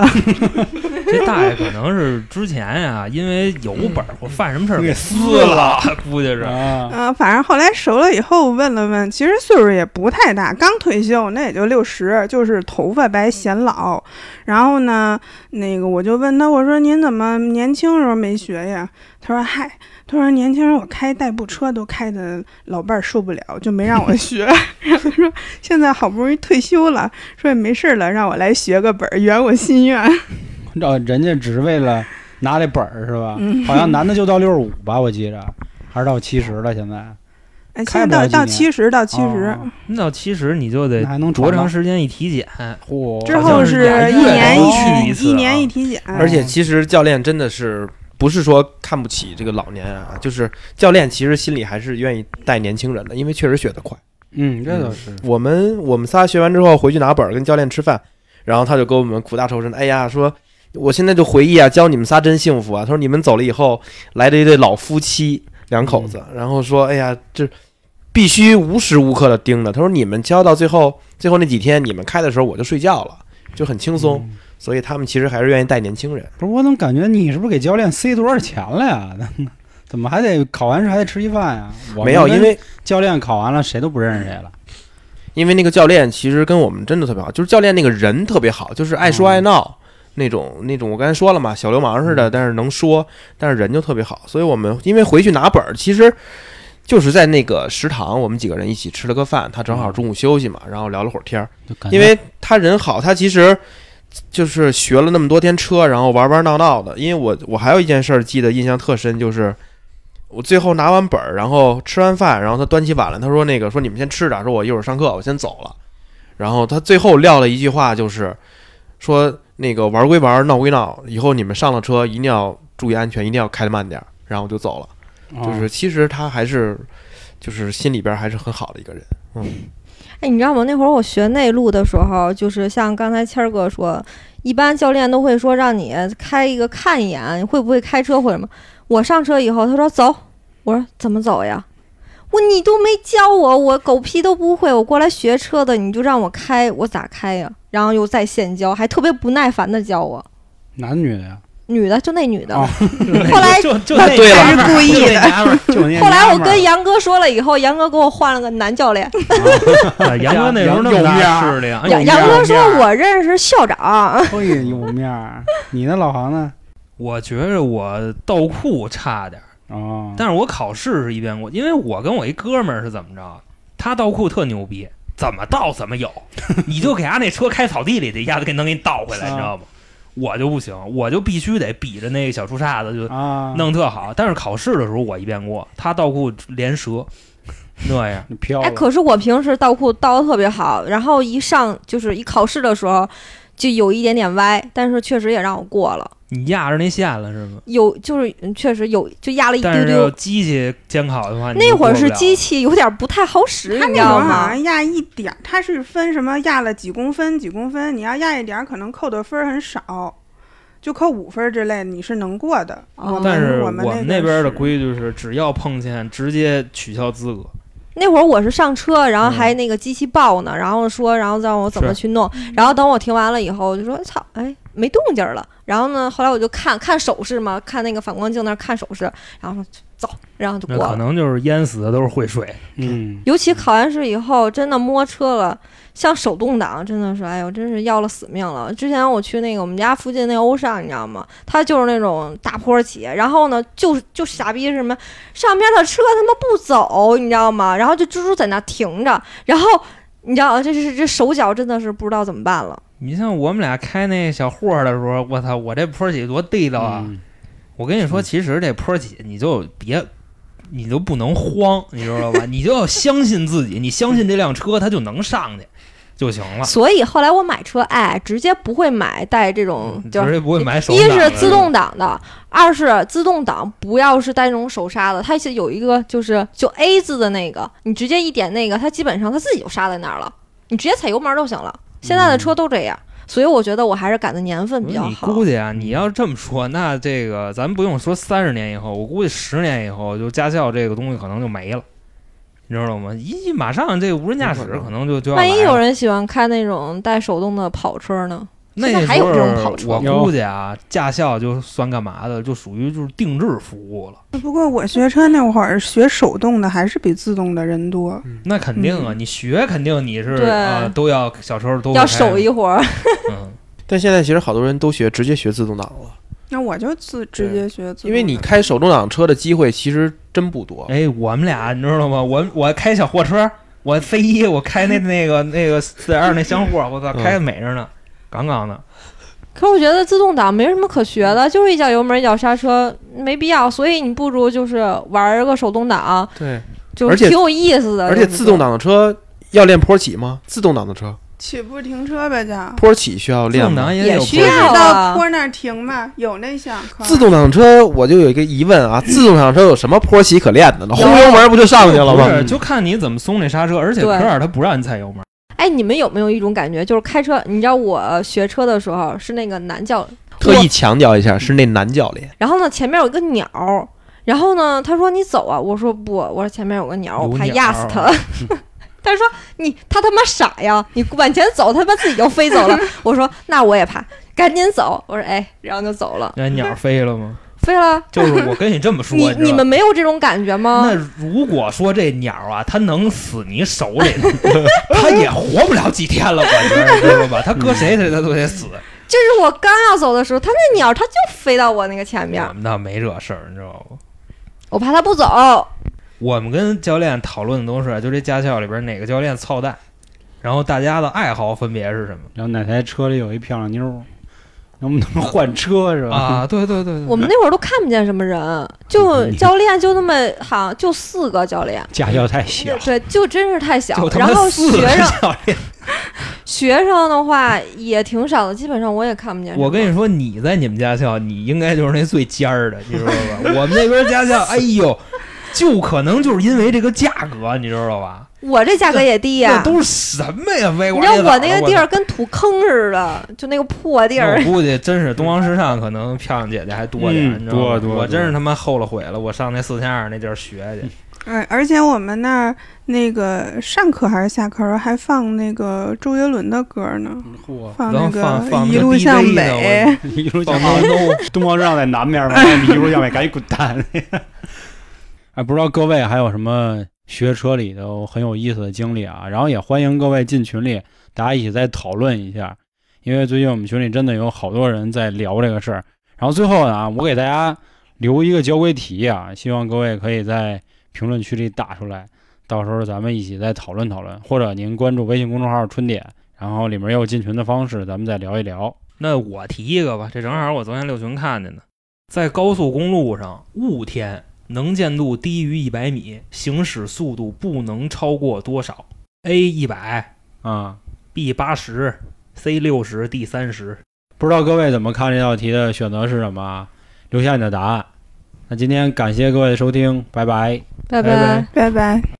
Speaker 2: 这大爷可能是之前啊，因为有 本儿或犯什么事儿
Speaker 1: 给
Speaker 2: 撕了，估计是。
Speaker 1: 啊，
Speaker 4: 嗯、反正后来熟了以后问了问，其实岁数也不太大，刚退休那也就六十，就是头发白显老。然后呢，那个我就问他，我说您怎么年轻时候没学呀？他说嗨，他说年轻时候我开代步车都开的老伴儿受不了，就没让我学。 然后他说现在好不容易退休了，说也没事儿了，让我来学个本儿，圆我心愿。
Speaker 1: 哦，人家只是为了拿这本儿是吧？
Speaker 4: 嗯
Speaker 1: 好像男的就到六十五吧，我记着，还是到七十了。现在
Speaker 4: 哎，现
Speaker 1: 开
Speaker 4: 在
Speaker 1: 不了
Speaker 4: 到
Speaker 1: 几
Speaker 4: 到
Speaker 1: 年
Speaker 4: 七十，到七十、
Speaker 1: 哦
Speaker 2: 那其实你就
Speaker 1: 那
Speaker 2: 得
Speaker 1: 还能
Speaker 2: 多长
Speaker 1: 长？
Speaker 2: 时间一体检？
Speaker 1: 嚯，
Speaker 4: 之
Speaker 2: 好像
Speaker 4: 后
Speaker 2: 是
Speaker 4: 是
Speaker 2: 俩
Speaker 4: 一
Speaker 2: 月
Speaker 4: 年
Speaker 1: 都
Speaker 2: 去一
Speaker 4: 一
Speaker 2: 次
Speaker 4: 体，一年
Speaker 2: 啊
Speaker 4: 一体检。
Speaker 5: 而且其实教练真的是不是说看不起这个老年人啊，就是教练其实心里还是愿意带年轻人的，因为确实学得快。
Speaker 1: 嗯，这倒是。
Speaker 5: 我们我们仨学完之后回去拿本儿跟教练吃饭，然后他就跟我们苦大仇深，哎呀，说我现在就回忆啊，教你们仨真幸福啊。他说你们走了以后来了一对老夫妻两口子，然后说哎呀，这必须无时无刻的盯着。他说你们教到最后最后那几天，你们开的时候我就睡觉了，就很轻松。
Speaker 1: 嗯
Speaker 5: 所以他们其实还是愿意带年轻人。
Speaker 1: 不是，我怎么感觉你是不是给教练塞多少钱了呀？ 怎么还得考完试还得吃一饭呀？我们
Speaker 5: 没有，
Speaker 1: 跟
Speaker 5: 因为
Speaker 1: 教练考完了，谁都不认识谁了。
Speaker 5: 因为那个教练其实跟我们真的特别好，就是教练那个人特别好，就是爱说爱闹、那种那种。我刚才说了嘛，小流氓似的，但是能说，但是人就特别好。所以我们因为回去拿本儿，其实就是在那个食堂，我们几个人一起吃了个饭，他正好中午休息嘛，然后聊了会儿天儿。
Speaker 1: 就感觉
Speaker 5: 因为他人好，他其实就是学了那么多天车，然后玩玩闹闹的。因为我我还有一件事儿记得印象特深，就是我最后拿完本儿，然后吃完饭，然后他端起碗来，他说那个说你们先吃着，说我一会儿上课，我先走了。然后他最后撂了一句话，就是说那个玩归玩，闹归闹，以后你们上了车一定要注意安全，一定要开得慢点儿。然后我就走了。
Speaker 1: 哦
Speaker 5: 就是其实他还是就是心里边儿还是很好的一个人。
Speaker 3: 哎，你知道吗？那会儿我学内路的时候，就是像刚才谦儿哥说，一般教练都会说让你开一个看一眼，你会不会开车或者什么。我上车以后，他说走，我说怎么走呀？我我你都没教我，我狗屁都不会，我过来学车的，你就让我开，我咋开呀？然后又在线教，还特别不耐烦的教我。
Speaker 1: 男女的呀？
Speaker 3: 女的就那女的，
Speaker 1: 哦
Speaker 3: 后来
Speaker 2: 就就
Speaker 1: 那
Speaker 2: 那
Speaker 1: 对了
Speaker 2: 娘们儿
Speaker 4: 是故意
Speaker 2: 就那
Speaker 4: 的
Speaker 2: 娘们儿
Speaker 1: 就那
Speaker 3: 后来我
Speaker 1: 娘们儿
Speaker 3: 跟杨哥说了以后，杨哥给我换了个男教练。
Speaker 2: 啊杨哥那时候那么大势力，啊哎
Speaker 1: 有面
Speaker 3: 杨
Speaker 1: 儿
Speaker 3: 杨哥说
Speaker 1: 有面
Speaker 3: 我认识校长，
Speaker 1: 嘿有面儿，你呢，老黄呢？
Speaker 2: 我觉着我倒库差点儿，
Speaker 1: 哦，
Speaker 2: 但是我考试是一边过，因为我跟我一哥们儿是怎么着，啊他倒库特牛逼，怎么倒怎么有，你就给他那车开草地里去，一下子给能给你倒回来，
Speaker 1: 啊
Speaker 2: 你知道吗？我就不行，我就必须得比着那个小树杈子就
Speaker 1: 啊，
Speaker 2: 弄特好。但是考试的时候我一边过，他倒库连折那样，
Speaker 1: 你飘
Speaker 4: 哦
Speaker 3: 哎，
Speaker 1: 了，
Speaker 3: 可是我平时倒库倒的特别好，然后一上就是一考试的时候就有一点点歪，但是确实也让我过了，
Speaker 2: 你压着那线了是吗？
Speaker 3: 有就是嗯确实有就压了一丢
Speaker 2: 但是要
Speaker 3: 丢。
Speaker 2: 机器监考的话，你
Speaker 3: 那
Speaker 2: 就
Speaker 3: 会儿
Speaker 2: 过不
Speaker 3: 是
Speaker 2: 了
Speaker 3: 机器有点不太好使，
Speaker 4: 他
Speaker 3: 你
Speaker 4: 那
Speaker 3: 知
Speaker 4: 会
Speaker 3: 道
Speaker 4: 儿好
Speaker 3: 吗？
Speaker 4: 像压一点儿，他是分什么压了几公分几公分，你要压一点儿，可能扣的分儿很少，就扣五分儿之类，你是能过的。
Speaker 3: 哦
Speaker 4: 我们
Speaker 2: 但是
Speaker 4: 我
Speaker 2: 我
Speaker 4: 们
Speaker 2: 们
Speaker 4: 那
Speaker 2: 那
Speaker 4: 个
Speaker 2: 边的
Speaker 4: 是
Speaker 2: 规矩是，只要碰见直接取消资格。
Speaker 3: 那会儿我是上车，然后
Speaker 2: 嗯
Speaker 3: 还那个机器爆呢，然后说，然后让我怎么
Speaker 2: 是
Speaker 3: 去弄，
Speaker 4: 嗯
Speaker 3: 然后等我听完了以后，我就说操，哎，没动静儿了。然后呢，后来我就看看手势嘛，看那个反光镜那儿看手势，然后说走，然后就
Speaker 2: 那
Speaker 3: 过
Speaker 2: 可
Speaker 3: 了。
Speaker 2: 能就是淹死的都是会水，
Speaker 1: 嗯，
Speaker 3: 尤其考完试以后，真的摸车了，像手动挡，真的是，哎呦，真是要了死命了。之前我去那个我们家附近那欧尚，你知道吗？他就是那种大坡起，然后呢，就是 就傻逼是什么，上边的车他妈不走，你知道吗？然后就猪猪在那停着，然后你知道，这是这手脚真的是不知道怎么办了。
Speaker 2: 你像我们俩开那小货儿的时候，我操，我这坡起多地道啊！
Speaker 1: 嗯
Speaker 2: 我跟你
Speaker 1: 嗯
Speaker 2: 说，其实这坡起你就别，你就不能慌，你知道吧？你就要相信自己，你相信这辆车，它就能上去就行了。
Speaker 3: 所以后来我买车，哎，直接不会买带这种
Speaker 2: 嗯
Speaker 3: 就
Speaker 2: 直
Speaker 3: 是
Speaker 2: 接不会买手
Speaker 3: 一
Speaker 2: 挡嗯
Speaker 3: 是
Speaker 2: 的
Speaker 3: 自动挡的，二是自动挡不要是带那种手刹的，它是有一个就是就 A 字的那个，你直接一点那个，它基本上它自己就刹在那儿了，你直接踩油门就行了。现在的车都这样，所以我觉得我还是赶的年份比较
Speaker 2: 嗯你
Speaker 3: 好。
Speaker 2: 估计啊，你要这么说，那这个咱不用说三十年以后，我估计十年以后，就驾校这个东西可能就没了，你知道吗？一马上这无人驾驶
Speaker 5: 有可能
Speaker 2: 可能就就要
Speaker 3: 万一
Speaker 2: 来了
Speaker 3: 有人喜欢开那种带手动的跑车呢？
Speaker 2: 那
Speaker 3: 现在
Speaker 2: 时
Speaker 3: 还有这种
Speaker 2: 候
Speaker 3: 跑车
Speaker 2: 我
Speaker 1: 有
Speaker 2: 估计啊，驾校就算干嘛的，就属于就是定制服务了。
Speaker 4: 不过我学车那会儿学手动的还是比自动的人多，
Speaker 2: 那肯定啊，你学肯定你是
Speaker 3: 嗯对
Speaker 2: 啊，都要小时候都会
Speaker 3: 要
Speaker 2: 开
Speaker 3: 手一活儿，
Speaker 2: 嗯，
Speaker 5: 但现在其实好多人都学直接学自动挡了，
Speaker 4: 那我就自直接学自动的。
Speaker 5: 因为你开手动挡车的机会其实真不多。
Speaker 2: 哎，我们俩你知道吗？我我开小货车，我 C 一，我开那那个那个四点二那厢货，我操，
Speaker 5: 嗯
Speaker 2: 开的美着呢，杠杠的。
Speaker 3: 可我觉得自动挡没什么可学的，就是一脚油门一脚刹车，没必要。所以你不如就是玩个手动挡，
Speaker 5: 对，
Speaker 3: 就
Speaker 5: 而且
Speaker 3: 挺有意思的。
Speaker 5: 而
Speaker 4: 哎
Speaker 3: 对
Speaker 5: 且
Speaker 3: 不
Speaker 5: 自
Speaker 3: 对
Speaker 5: 动挡的车要练坡起吗？自动挡的车
Speaker 4: 起步停车呗，就
Speaker 5: 坡起需要
Speaker 2: 自
Speaker 5: 练
Speaker 2: 动
Speaker 5: 吗
Speaker 2: 挡？
Speaker 3: 也
Speaker 2: 有
Speaker 3: 需
Speaker 2: 坡
Speaker 3: 要
Speaker 2: 起
Speaker 3: 啊
Speaker 4: 到坡那儿停嘛，有那项课。
Speaker 5: 自动挡车我就有一个疑问啊，自动挡车有什么坡起可练的呢？
Speaker 3: 有
Speaker 5: 轰油门不就上去了
Speaker 2: 不
Speaker 5: 吗？
Speaker 2: 啊是，就看你怎么松这刹车，而且科
Speaker 3: 对
Speaker 2: 尔他不让你踩油门，
Speaker 3: 哎，你们有没有一种感觉，就是开车？你知道我学车的时候是那个男教，
Speaker 5: 特意强调一下，是那男教练。
Speaker 3: 然后呢前面有一个鸟儿，然后呢他说你走啊，我说不，我说前面有个鸟儿，我
Speaker 2: 有
Speaker 3: 哦怕
Speaker 2: 鸟啊
Speaker 3: 压死他。 他说你他他妈傻呀，你往前走，他妈自己就飞走了。我说那我也怕，赶紧走。我说哎，然后就走了，
Speaker 2: 那鸟飞了吗？
Speaker 3: 飞了。
Speaker 2: 就是啊我跟你这么说，
Speaker 3: 你
Speaker 2: 知道
Speaker 3: 你
Speaker 2: 吗
Speaker 3: 们没有这种感觉吗
Speaker 2: 那？如果说这鸟啊，它能死你手里， 它也活不了几天了，我觉得，知
Speaker 3: 嗯
Speaker 2: 道吧？它搁谁谁它都得死。
Speaker 3: 就是我刚要走的时候，他那鸟它就飞到我那个前面
Speaker 2: 我，们倒没这事儿，你知道吗？
Speaker 3: 我怕它不走。
Speaker 2: 我们跟教练讨论的都是，就这驾校里边哪个教练操蛋，然后大家的爱好分别是什么
Speaker 1: 然后哪台车里有一漂亮妞儿，能不能换车是吧？
Speaker 2: 啊？对对对对，
Speaker 3: 我们那会儿都看不见什么人，
Speaker 2: 嗯
Speaker 3: 就教练就那么好像就四个教练，
Speaker 1: 驾校太小，
Speaker 3: 对，就真是太小
Speaker 2: 就。他
Speaker 3: 然后
Speaker 2: 妈四
Speaker 3: 学
Speaker 2: 个
Speaker 3: 生
Speaker 2: 教练。
Speaker 3: 学生的话也挺少的，基本上我也看不见什么。
Speaker 2: 我跟你说，你在你们驾校，你应该就是那最尖儿的，你知道吧？我们那边驾校，哎呦，就可能就是因为这个价格，你知道吧？
Speaker 3: 我这价格也低呀、
Speaker 2: 那都是什么呀？微
Speaker 3: 你
Speaker 2: 瓜裂
Speaker 3: 知道
Speaker 2: 枣
Speaker 3: 我那个地儿
Speaker 2: 啊我哦
Speaker 3: 跟土坑似的，就那个破地
Speaker 2: 那
Speaker 3: 儿
Speaker 2: 我。估计真是东方时尚，可能漂亮姐姐还多点儿，
Speaker 1: 嗯
Speaker 2: 你知道吗
Speaker 1: 多多
Speaker 2: 我真是
Speaker 1: 多
Speaker 2: 他妈后了悔了，我上那四千二那地儿学去，
Speaker 4: 嗯，而且我们那儿那个上课还是下课的时候还放那个周杰伦的歌呢，
Speaker 1: 嚯，
Speaker 4: 放
Speaker 2: 然
Speaker 4: 那
Speaker 2: 后
Speaker 4: 个
Speaker 2: 放放
Speaker 4: 一
Speaker 2: 那
Speaker 4: 路
Speaker 2: DJ
Speaker 4: 向
Speaker 2: 的
Speaker 4: 北
Speaker 2: 我，
Speaker 1: 一路
Speaker 2: 放
Speaker 1: 向
Speaker 2: 毛
Speaker 1: 北，
Speaker 2: 泽东，
Speaker 1: 东方日报在南面嘛，你一路向北，赶紧滚蛋！哎，不知道各位还有什么学车里头很有意思的经历啊？然后也欢迎各位进群里，大家一起再讨论一下，因为最近我们群里真的有好多人在聊这个事儿。然后最后呢，我给大家留一个交规题啊，希望各位可以在评论区里打出来，到时候咱们一起再讨论讨论，或者您关注微信公众号“春点”，然后里面有进群的方式，咱们再聊一聊。
Speaker 2: 那我提一个吧，这正好我昨天六群看见的，在高速公路上，雾天能见度低于一百米，行驶速度不能超过多少？A 一百
Speaker 1: 啊、
Speaker 2: ，B 八十，C 六十，D 三十。
Speaker 1: 不知道各位怎么看这道题的选择是什么啊？留下你的答案。那今天感谢各位的收听，拜拜。
Speaker 3: 拜
Speaker 2: 拜拜
Speaker 4: 拜拜。